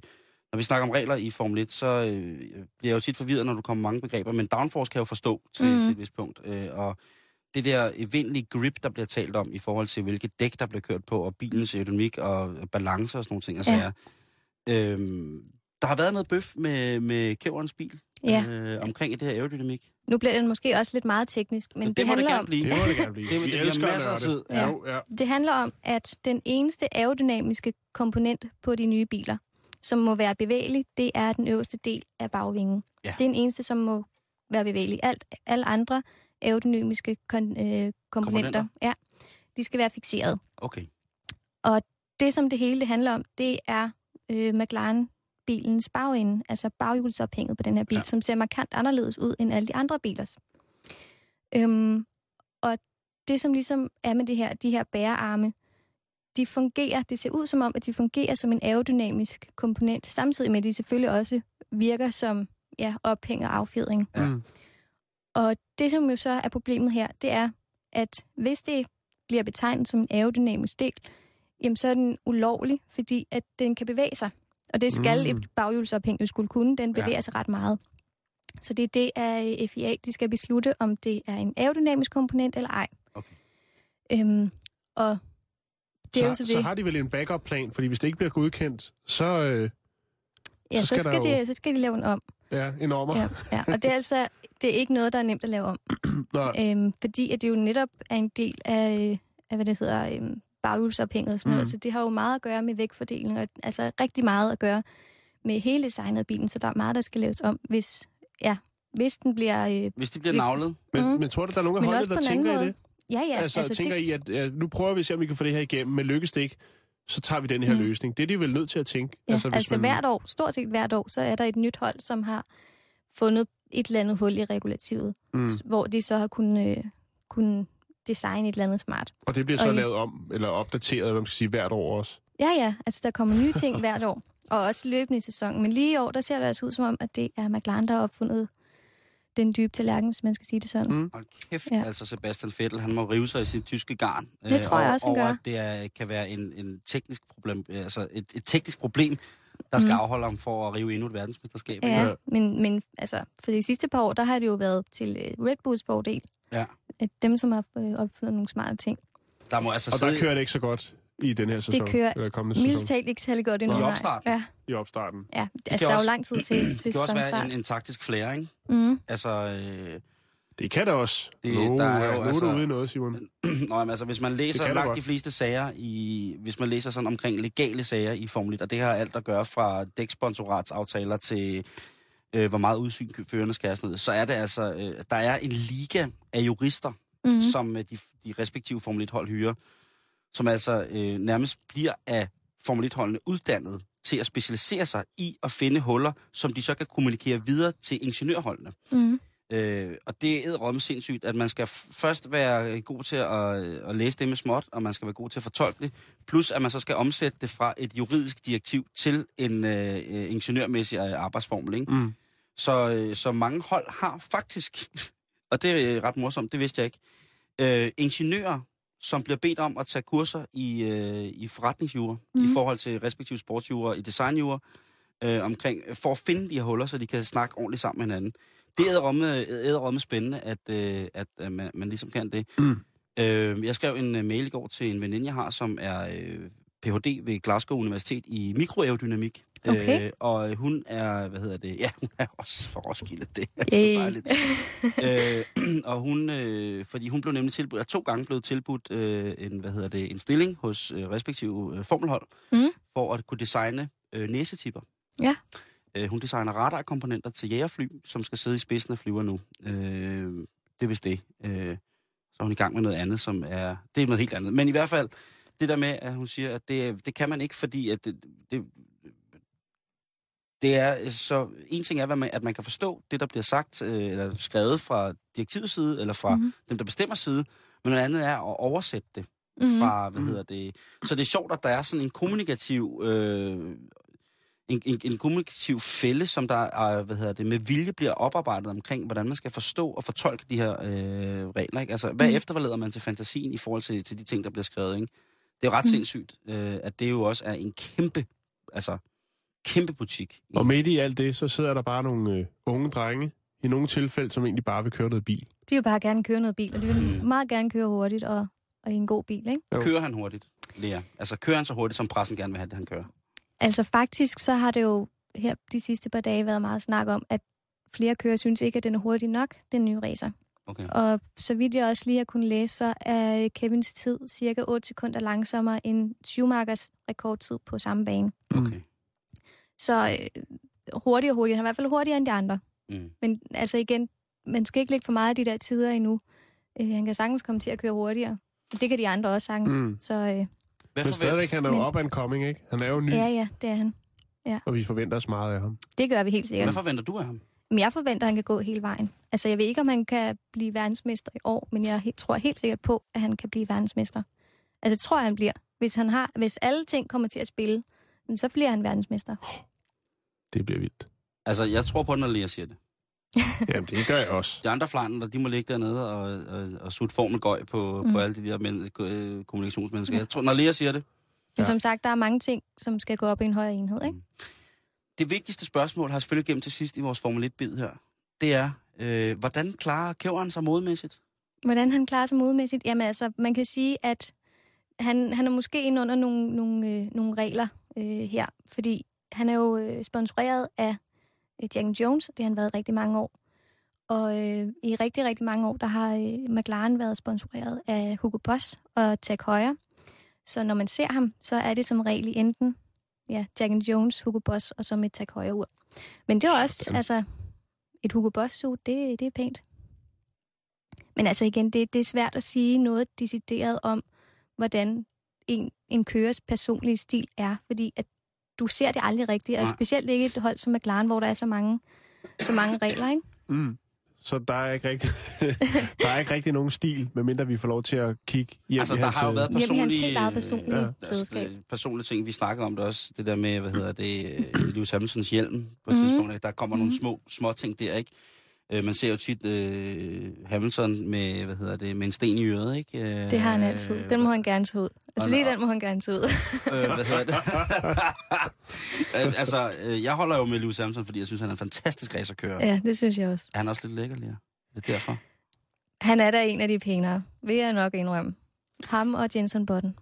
når vi snakker om regler i Formel 1, så øh, bliver jeg jo tit forvirret, når du kommer med mange begreber, men downforce kan jeg jo forstå til, mm.
Mhm.
til et vist punkt. Øh, og det der evindelige grip, der bliver talt om i forhold til, hvilke dæk, der bliver kørt på, og bilens aerodynamik og balance og sådan nogle ting. Altså, ja.
Ja.
øh, der har været noget bøf med, med Kæverens bil
Ja.
øh, omkring det her aerodynamik.
Nu bliver den måske også lidt meget teknisk, men
Men
det,
det må det
handler
gerne
om,
blive.
Det må det gerne blive.
Det- det
Vi
giver
elsker at
masser af
nørde.
tid.
Ja.
Jo, ja.
Det handler om, at den eneste aerodynamiske komponent på de nye biler, som må være bevægelig, det er den øverste del af bagvingen.
Ja.
Det er den eneste, som må være bevægelig. Alt, alle andre aerodynamiske kon, øh, komponenter,
Komponenter.
komponenter. Ja, de skal være fixeret.
Okay.
Det, som det hele det handler om, det er øh, McLaren-bilens bagende, altså baghjulsophænget på den her bil,
Ja.
ja. som ser markant anderledes ud end alle de andre bilers. Øhm, og det, som ligesom er med det her, de her bærearme, de fungerer, det ser ud som om, at de fungerer som en aerodynamisk komponent, samtidig med, at de selvfølgelig også virker som ja, ophæng og affjedring.
Ja.
Mm.
Og det, som jo så er problemet her, det er, at hvis det bliver betegnet som en aerodynamisk del, jamen så er den ulovlig, fordi at den kan bevæge sig. Og det skal
Mm.
mm. et baghjulsophæng jo skulle kunne, den
Ja.
bevæger ja. sig ret meget. Så det er det, at øh, FIA de skal beslutte, om det er en aerodynamisk komponent eller ej.
Okay.
Øhm, og det er jo
så,
så
så
det.
har de vel en backup-plan, fordi hvis det ikke bliver godkendt, så øh,
Ja,
så
så
skal
skal,
der jo-
de, så skal de lave en om.
ja, en ommer. Ja.
Ja, ja. Og det er altså det er ikke noget, der er nemt at lave om.
Nå,
Øhm, fordi at det jo netop er en del af, øh, af hvad det hedder, øhm, baghjulsophænget og sådan noget.
Mm.
Så det har jo meget at gøre med vægtfordeling, og altså rigtig meget at gøre med hele designet af bilen, så der er meget, der skal laves om, hvis, ja, hvis den bliver... Øh,
Hvis de bliver
Vi-
navlet,
men,
Mm.
men tror du, der er nogen af
men
holdet,
også på
der
en anden
tænker i det?
måde. Ja, ja.
Ja, altså, altså tænker det... I, at ja, nu prøver vi at se, om vi kan få det her igennem, men lykkes det ikke, så tager vi den her mm.
Mm.
løsning. Det er de vel nødt til at tænke.
Ja, altså,
hvis
altså
man-
man... hvert år, stort set hvert år, så er der et nyt hold, som har fundet et eller andet hul i regulativet,
Mm.
mm. hvor de så har kunnet, øh, kunnet designe et eller andet smart.
Og det bliver så
og i-
lavet om, eller opdateret, eller hvad man skal sige, hvert år også.
Ja, ja, altså der kommer nye ting hvert år, og også løbende i sæsonen. Men lige i år, der ser det altså ud som om, at det er McLaren, der har opfundet den dybe tallerken, hvis man skal sige det sådan.
Mm.
Mm.
hold kæft, ja.
Ja.
altså Sebastian Vettel, han må rive sig i sit tyske garn.
Det tror jeg
over-
også, han
over,
gør.
at det er, kan være en, en teknisk problem, altså et, et teknisk problem, der skal mm. afholde ham for at rive endnu et verdensmesterskab. ikke?
Mhm. Ja,
Ja.
men, men altså, for de sidste par år, der har det jo været til øh, Red Bulls fordel.
Ja.
At dem, som har øh, opfundet nogle smarte ting.
Der må altså
Og
sidde
der kører det ikke så godt i den her sæson.
kører
eller kommende
Mildest
sæson
talt ikke særlig godt endnu.
I
nej.
opstarten.
Ja,
i opstarten.
ja. altså
kan
der er jo
også-
lang tid til, til
det kan også være
sæsonstart.
en, en taktisk flere, ikke?
Mm.
Altså, øh,
Det kan det også.
Det-
Nå,
der er
ja,
jo
nu er
altså-
du ude i noget, Simon.
Nå, jamen, altså, hvis man
Det
læser
kan det
langt
godt.
de fleste sager, i, hvis man læser sådan omkring legale sager i Formel 1, og det har alt at gøre fra dæksponsoratsaftaler til, øh, hvor meget udsyn førerne skal have sådan noget, så er det altså, øh, der er en liga af jurister,
Mm.
mm. som øh, de, de respektive Formel 1-hold hyrer, som altså øh, nærmest bliver af Formel 1-holdene uddannet til at specialisere sig i at finde huller, som de så kan kommunikere videre til ingeniørholdene.
Mm.
Øh, og det er rådme sindssygt, at man skal f- først være god til at, øh, at læse det med småt, og man skal være god til at fortolke det, plus at man så skal omsætte det fra et juridisk direktiv til en øh, øh, ingeniørmæssig øh, arbejdsformel. Ikke?
Mm.
Så, øh, så mange hold har faktisk, og det er øh, ret morsomt, det vidste jeg ikke, øh, ingeniører, som bliver bedt om at tage kurser i, øh, i forretningsjura, mm. i
Mhm.
forhold til respektive sportsjura, i designjura, øh, omkring, for at finde de her huller, så de kan snakke ordentligt sammen med hinanden. Det er æderromme- æderromme spændende, at, øh, at øh, man, man ligesom kan det.
Mm.
Øh, jeg skrev en øh, mail i går til en veninde, jeg har, som er øh, Ph.D. ved Glasgow Universitet i mikroaerodynamik.
Okay.
Øh, og hun er, hvad hedder det, ja, hun er også for Roskilde, det er
Yay.
så dejligt. øh, og hun, øh, fordi hun blev nemlig tilbudt, er to gange blevet tilbudt øh, en, hvad hedder det, en stilling hos øh, respektive øh, formelhold,
Mm.
for at kunne designe øh, næsetipper.
Ja.
Øh, hun designer radarkomponenter til jægerfly, som skal sidde i spidsen af flyver nu. Øh, det er vist det. Øh, så er hun i gang med noget andet, som er... Det er noget helt andet. Men i hvert fald, det der med, at hun siger, at det, det kan man ikke, fordi at det, det, det er så... En ting er, hvad man, at man kan forstå det, der bliver sagt, øh, eller skrevet fra direktivets side, eller fra mm-hmm.
Mhm.
dem, der bestemmer side, men noget andet er at oversætte det
Mhm.
fra, hvad hedder det... Så det er sjovt, at der er sådan en kommunikativ... Øh, en, en, en kommunikativ fælde, som der er, hvad hedder det, med vilje bliver oparbejdet omkring, hvordan man skal forstå og fortolke de her øh, regler. Ikke? Altså, hvad mm.
Mm.
efterlader man til fantasien i forhold til, til de ting, der bliver skrevet? Ikke? Det er jo ret mm.
Mm.
sindssygt, øh, at det jo også er en kæmpe, altså, kæmpe butik.
Og midt i alt det, så sidder der bare nogle øh, unge drenge, i nogle tilfælde, som egentlig bare vil køre noget bil.
De vil bare gerne køre noget bil, og de
Mm.
vil meget gerne køre hurtigt og, og i en god bil, ikke?
Jo.
Kører han hurtigt, Lea? Altså, kører han så hurtigt, som pressen gerne vil have, det han kører?
Altså faktisk, så har det jo her de sidste par dage været meget snak om, at flere kører synes ikke, at den er hurtig nok, den nye racer.
Okay.
Og så vidt jeg også lige har kunnet læse, så er Kevins tid cirka 8 sekunder langsommere end Schumachers rekordtid på samme bane.
Mm.
Okay.
Så øh, hurtigere og hurtigere. Han er i hvert fald hurtigere end de andre.
Mm.
Men altså igen, man skal ikke lægge for meget af de der tider endnu. Øh, han kan sagtens komme til at køre hurtigere. Det kan de andre også sagtens.
Mm.
Mm. Så øh,
Altså, Hvad
Men
forventer
stadigvæk, han er jo
Men-
up and coming, ikke? Han er jo ny,
ja, ja, det er han.
og vi forventer os meget af ham.
Det gør vi helt sikkert.
hvad forventer du af ham?
Men jeg forventer, at han kan gå hele vejen. Altså, jeg ved ikke, om han kan blive verdensmester i år, men jeg he- tror helt sikkert på, at han kan blive verdensmester. Altså, det tror jeg, han bliver. Hvis, han har, hvis alle ting kommer til at spille, jamen, så bliver han verdensmester.
Det bliver vildt.
Altså, jeg tror på, når Lea siger det.
Jamen, det gør jeg også.
De andre flander, de må ligge dernede og, og, og sutte formelgøj på, mm. på
Mm.
alle de der men, øh, kommunikationsmennesker. Jeg tror, når Lea siger det.
Men
Ja.
ja. som sagt, der er mange ting, som skal gå op i en højere enhed, ikke?
Det vigtigste spørgsmål har jeg selvfølgelig gennem til sidst i vores Formel 1-bid her. Det er, øh, hvordan klarer kæveren sig modmæssigt?
Hvordan han klarer sig modmæssigt? Jamen altså, man kan sige, at han, han er måske inde under nogle, nogle, øh, nogle regler øh, her, fordi han er jo øh, sponsoreret af øh, Jack Jones, og det har han været i rigtig mange år. Og øh, i rigtig, rigtig mange år, der har øh, McLaren været sponsoreret af Hugo Boss og Tag Heuer. Så når man ser ham, så er det som regel i enten ja, Jack Jones, Hugo Boss og så med Tag Heuer-ur. Men det er også,
Sådan.
altså, et Hugo Boss-suit, det, det er pænt. Men altså igen, det, det er svært at sige noget decideret om, hvordan en, en kørers personlige stil er, fordi at du ser det aldrig rigtigt, og
Nej.
specielt ikke et hold som McLaren, hvor der er så mange, så mange regler, ikke?
Mm. Så der er, ikke rigtig, der er ikke rigtig nogen stil, medmindre vi får lov til at kigge hjem
Altså,
i
der
hans,
har jo
øh,
været
Jamen, hans
personlige...
helt eget
øh,
personlige
altså,
redskab.
øh, personlige ting. Vi snakkede om det også, det der med, hvad hedder det, øh, Lewis Hamiltons hjelm på
Mhm.
et mm. tidspunkt. ikke? Der kommer nogle små, små ting der, ikke? Øh, man ser jo tit øh, Hamilton med, hvad hedder det, med en sten i øret, ikke? Øh,
Det har han altid. Den må han gerne tage ud. Altså
og
lige
når-
den må han gerne tage ud.
øh, hvad hedder det? Øh, altså, øh, jeg holder jo med Lewis Hamilton, fordi jeg synes, han er en fantastisk racerkører. Ja.
ja, det synes jeg også.
Han er også lidt lækker lige. Det er derfor.
Han er da en af de pænere, vil jeg nok indrømme. Ham og Jenson Button.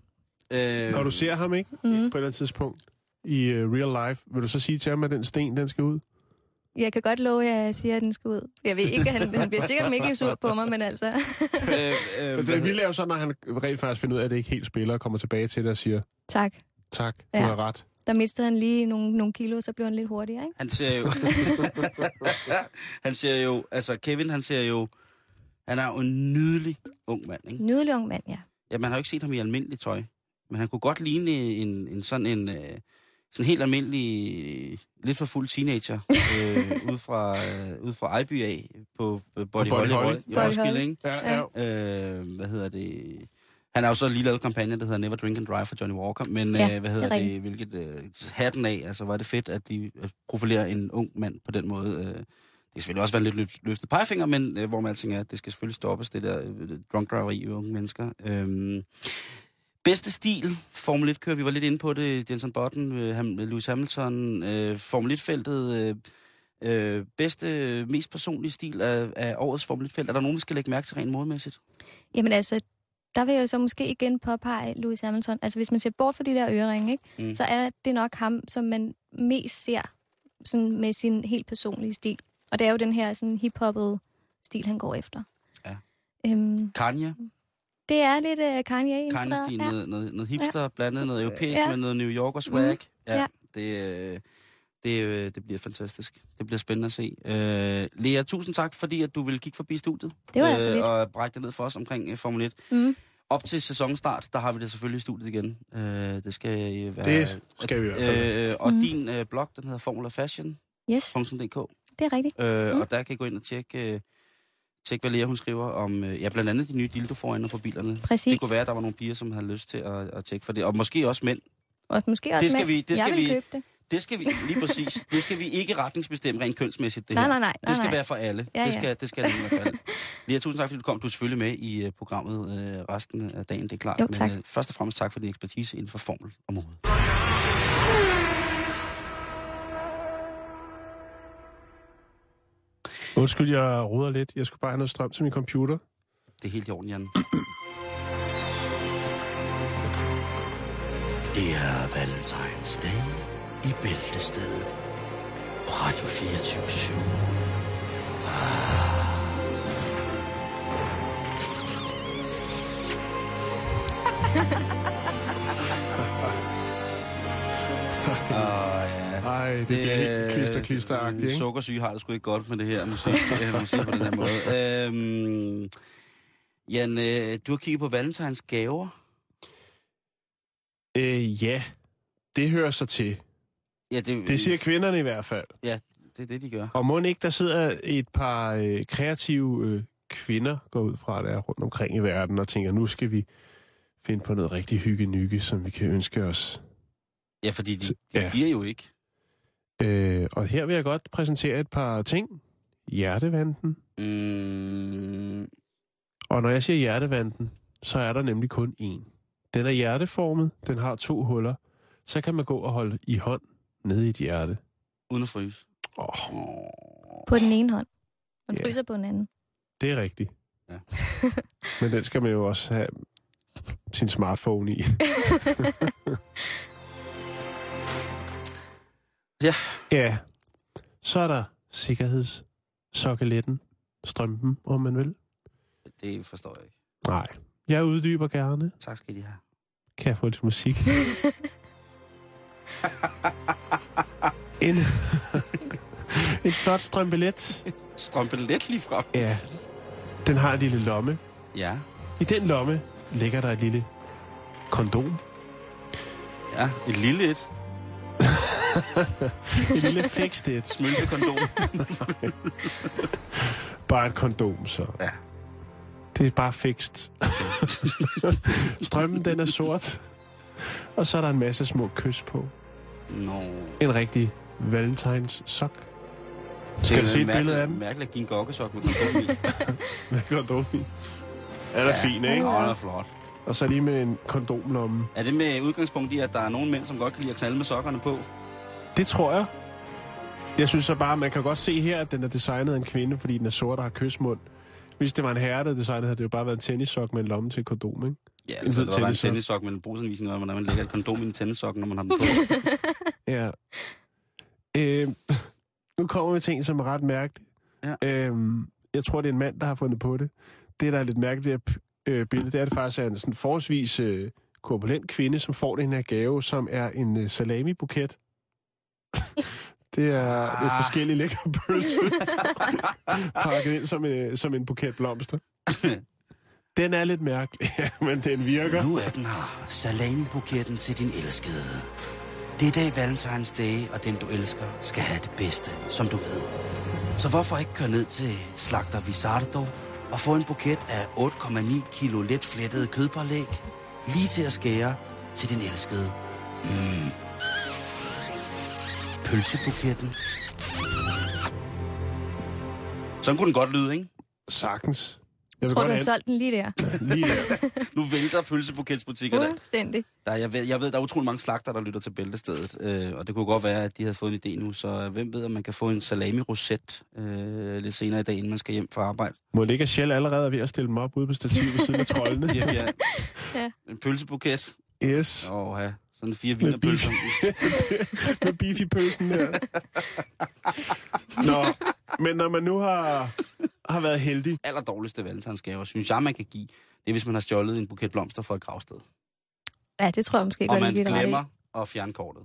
Mhm.
Øh,
Når du ser ham, ikke? Mm. På et eller andet tidspunkt i uh, real life, vil du så sige til ham, at den sten, den skal ud?
Jeg kan godt love, at jeg siger, at den skal ud. Jeg ved ikke, han, han bliver sikkert mega sur på mig, men altså...
øh, øh,
Men det vilde er jo så, når han rent faktisk finder ud af, at det ikke helt spiller, og kommer tilbage til det og siger,
tak.
tak, du
Ja.
har ret.
Der mistede han lige nogle, nogle kilo, så blev han lidt hurtigere, ikke?
Han ser jo... han ser jo... Altså, Kevin, han ser jo... Han er jo en nydelig ung mand, ikke?
Nydelig ung mand, ja.
Ja, man har jo ikke set ham i almindeligt tøj. Men han kunne godt ligne en, en sådan en... Øh, sådan helt almindelig, øh, lidt for fuld teenager, øh, ude fra, øh, ude fra Ejby af, på øh, Body
På Body
Holly
Holly.
Roll- i
Body
Roskilde,
Holly.
ikke?
Ja, ja.
Øh, hvad hedder det? Han har jo så lige lavet kampagne, der hedder Never Drink and Drive for Johnny Walker, men
Ja,
ja, øh, hvad hedder
det er
det, hvilket øh, hatten af, altså var det fedt, at de øh, profilerer en ung mand på den måde. Øh. Det kan selvfølgelig også være en lidt løft, løftet pegefinger, men øh, hvor man alting er, det skal selvfølgelig stoppes, det der øh, drunk driveri i unge mennesker. Øhm, bedste stil, Formel 1 kører, vi var lidt inde på det, Jenson Button, øh, Ham, Lewis Hamilton, øh, Formel 1-feltet, øh, Øh, bedste, øh, mest personlige stil af, af årets Formel 1-felt. Er der nogen, vi skal lægge mærke til rent modmæssigt?
Jamen altså, der vil jeg jo så måske igen påpege Louis Hamilton. Altså hvis man ser bort fra de der øreringe, ikke?
Mm.
Mm. så er det nok ham, som man mest ser sådan med sin helt personlige stil. Og det er jo den her sådan hiphoppede stil, han går efter.
Ja.
Øhm,
Kanye,
det er lidt uh, Kanye.
Kanye-stil, ja.
ja.
noget, noget, noget hipster, ja. blandet noget europæisk ja.
Ja. Mm.
med noget New Yorker swag. Ja, ja.
Ja.
Det, øh, det, øh, det bliver fantastisk. Det bliver spændende at se. Øh, Lea, tusind tak, fordi at du ville kigge forbi studiet.
Det var altså lidt.
Øh, Og brække det ned for os omkring øh, Formel 1.
Mm.
Op til sæsonstart, der har vi det selvfølgelig i studiet igen. Øh, det skal øh, være...
Det skal vi i hvert fald.
Øh, og mm.
Mm.
din øh, blog, den hedder formulafashion.dk.
Yes, det er rigtigt.
Øh, mm.
Mm.
Og der kan I gå ind og tjekke, øh, tjekke hvad Lea hun skriver om, øh, ja, blandt andet de nye dildo foran på bilerne.
Præcis.
Det kunne være, at der var nogle piger, som havde lyst til at, at tjekke for det. Og måske også mænd.
Og måske også
Det skal
med.
vi- det skal
jeg vil
vi-
købe det.
Det skal vi lige præcis. Det skal vi ikke retningsbestemme rent kønsmæssigt, det
Nej,
her.
nej, nej. nej
Det skal
nej.
være for alle.
Ja,
det
ja.
skal, det skal det i hvert fald. Lea, tusind tak, fordi du kom. Du er selvfølgelig med i uh, programmet uh, resten af dagen, det er klart.
Jo, tak.
Men, uh, først og fremmest tak for din ekspertise inden for formel og mode.
Undskyld, jeg ruder lidt. Jeg skulle bare have noget strøm til min computer.
Det er helt i orden, Jan.
Det er Valentinsdag i Bæltestedet på Radio 24 /7.
Nej, Ah. det, det bliver helt klister klister
øh,
ikke?
Sukkersyge har det sgu ikke godt med det her musik, øh, musik på den her måde. Øhm, Jan, øh, du har kigget på Valentins gaver.
Øh, ja, det hører sig til.
Ja, det,
Det siger kvinderne i hvert fald.
det er det, de gør.
Og må ikke, der sidder et par øh, kreative øh, kvinder, går ud fra, der er rundt omkring i verden, og tænker, nu skal vi finde på noget rigtig hygge-nygge, som vi kan ønske os.
Ja, fordi de, de
Ja.
giver jo ikke.
Øh, og her vil jeg godt præsentere et par ting. Hjertevanden.
Mm,
Og når jeg siger hjertevanden, så er der nemlig kun én. Den er hjerteformet, den har to huller. Så kan man gå og holde i hånd nede i et hjerte.
uden at fryse.
Åh, oh,
På den ene hånd. Man
Ja.
fryser på den anden.
det er rigtigt.
Ja.
Men den skal man jo også have sin smartphone i.
Ja.
Ja. Så er der sikkerhedssokketten, strømpen, om man vil.
Det forstår jeg ikke.
Nej. Jeg uddyber gerne.
Tak skal I have.
Kan jeg få lidt musik? en, et flot strømpelet.
Strømpe lidt lige frem.
Ja. Den har en lille lomme.
Ja,
I den lomme ligger der et lille kondom.
ja. Et lille et.
Et lille fixed it.
Smølte kondom.
Bare et kondom, så.
Ja.
Det er bare fikst. Strømmen, den er sort. Og så er der en masse små kys på.
Nå.
En rigtig valentines sok.
Det
Skal jeg
er
se et billede
mærkeligt-
af den?
Mærkeligt at give en gokkesok med kondom i.
Med kondom i. Er der ja. fin, ikke?
Åh, den er flot.
Og så lige med en kondomlomme.
Er det med udgangspunkt i, at der er nogle mænd, som godt kan lide at knalde med sokkerne på?
Det tror jeg. Jeg synes så bare, man kan godt se her, at den er designet af en kvinde, fordi den er sort og har kysmund. Hvis det var en herre, der designede, havde det jo bare været en tennissok med en lomme til et kondom, ikke?
Ja,
En
altså,
hvid
det var bare en
tennissok.
tennissok med en brugsanvisning om, hvordan man lægger et kondom i en tennissok, når man har den på.
Ja. Øh, nu kommer vi til en, som er ret mærkelig.
Ja.
Øh, jeg tror, det er en mand, der har fundet på det. Det, der er lidt mærkeligt ved at p- øh, billedet, det er, at det faktisk er en sådan forholdsvis øh, korpulent kvinde, som får den her gave, som er en øh, salami-buket. det er ah. lidt forskellige lækre pølse, pakket ind som, øh, som en buket blomster. den er lidt mærkelig, men den virker.
Nu er den her. Salambuketten til din elskede. Det er i dag Valentine's Day, og den du elsker skal have det bedste, som du ved. Så hvorfor ikke køre ned til Slagter Visardo og få en buket af 8,9 kilo let flettet kødpålæg lige til at skære til din elskede. Mm. Pølsebuketten.
Sådan kunne den godt lyde, ikke?
Sagtens. Jeg
Jeg
vil
tror, du
godt
har solgt den lige der.
an- lige der.
Nu vælter pølsebuketsbutikkerne.
Fuldstændig.
Der, er- jeg, ved, jeg ved, der er utrolig mange slagter, der lytter til bæltestedet, øh, og det kunne godt være, at de havde fået en idé nu, så hvem ved, om man kan få en salami-roset øh, lidt senere i dag, inden man skal hjem fra arbejde.
Må det ikke, at Shell allerede er ved at stille dem op ude på stativet ved siden af troldene?
Ja, ja.
Ja.
En pølsebuket.
Yes,
Åh, ja. Sådan fire vinerpølser.
med beefy-pølsen der. Nå, men når man nu har, har været heldig,
Aller dårligste valentinsgaver, synes jeg, man kan give, det er, hvis man har stjålet en buket blomster fra et gravsted.
Ja, det tror jeg måske
og
godt,
man
lige ret i.
glemmer at fjerne kortet.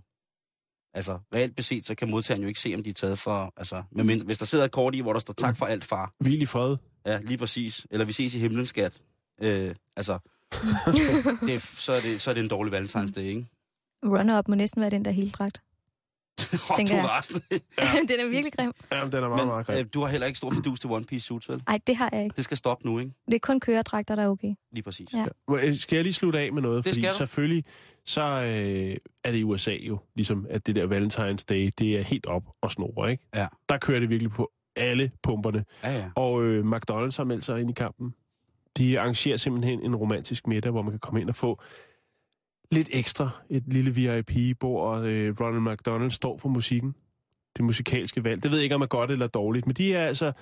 Altså, reelt beset, så kan modtageren jo ikke se, om de er taget for... Altså, men hvis der sidder et kort i, hvor der står tak for alt, far.
hvil i fred.
Ja, lige præcis. Eller vi ses i himlen, skat. Øh, altså, det, er- så, er det, så er det en dårlig valentinsdag, ikke?
Runner-up må næsten være den der helt dragt.
Åh,
Tænker
du
jeg.
er resten.
den er virkelig grim.
Jamen, den er meget, meget
Men
grim.
øh, du har heller ikke stor fidus til One Piece suits, vel?
Nej, det har jeg ikke.
Det skal stoppe nu, ikke?
Det er kun køredragter, der er okay.
Lige præcis.
Ja.
Må- øh, Skal jeg lige slutte af med
Det
noget? Fordi
skal du.
selvfølgelig, så øh, er det i USA jo, ligesom at det der Valentine's Day, det er helt op og snore, ikke?
Ja.
Der kører det virkelig på alle pumperne.
Ja, ja.
Og øh, McDonald's har meldt sig ind i kampen. De arrangerer simpelthen en romantisk middag, hvor man kan komme ind og få lidt ekstra. Et lille VIP-bord, og øh, Ronald McDonald står for musikken. Det musikalske valg. Det ved jeg ikke, om er godt eller dårligt, men de er altså...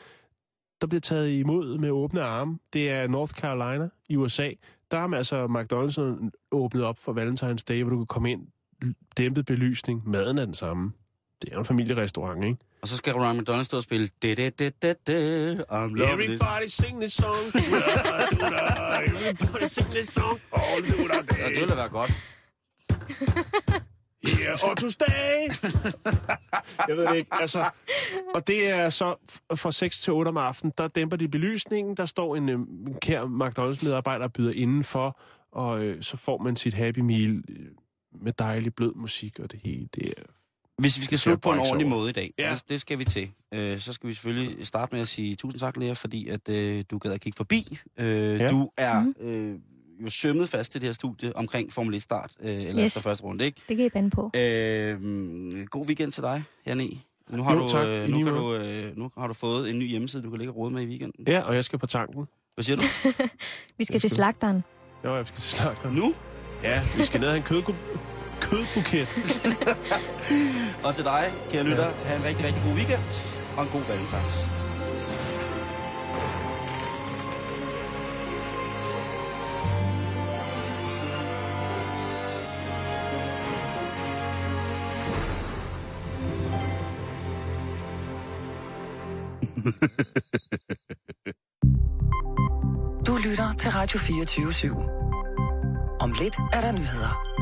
Der bliver taget imod med åbne arme. Det er North Carolina i USA. Der har man altså McDonald's åbnet op for Valentine's Day, hvor du kan komme ind, dæmpet belysning, maden er den samme. Det er jo en familierestaurant, ikke?
Og så skal Ryan McDonald stå og spille... Det, det, det, det, det, I'm loving it.
Everybody sing this song. Everybody sing this song. All through the
Ja, det ville da være godt.
Yeah, or to stay. Jeg ved det ikke. Altså, og det er så f- fra 6 til 8 om aftenen, der dæmper de belysningen. Der står en, øh, en kær McDonald's-medarbejder og byder indenfor, og øh, så får man sit Happy Meal øh, med dejlig blød musik og det hele. Det er
Hvis vi skal slutte
Det skal
på en
brækkes
ordentlig
over.
måde i dag,
Ja.
ja. det, det skal vi til, øh, så skal vi selvfølgelig starte med at sige tusind tak, Lea, fordi at øh, du gad at kigge forbi. Øh,
Ja.
ja. Du er øh, jo sømmet fast til det her studie omkring Formel 1-start, øh, eller
Yes.
yes. efter første runde, ikke?
Det kan I bande på.
Øh, god weekend til dig, Janne. Nu har,
Jo,
du,
tak. I
øh, nu,
lige
kan
måde.
du, øh, nu har du fået en ny hjemmeside, du kan ligge og rode med i weekenden.
ja, og jeg skal på tanken.
Hvad siger du?
Vi skal
skal
til
vi.
slagteren.
Jo, jeg skal til slagteren.
nu?
Ja, vi skal ned og have en kødku- kødbuket.
Og til dig, kære lytter, have en rigtig, rigtig god weekend, og en god valentins.
Du lytter til Radio 24 /7. Om lidt er der nyheder.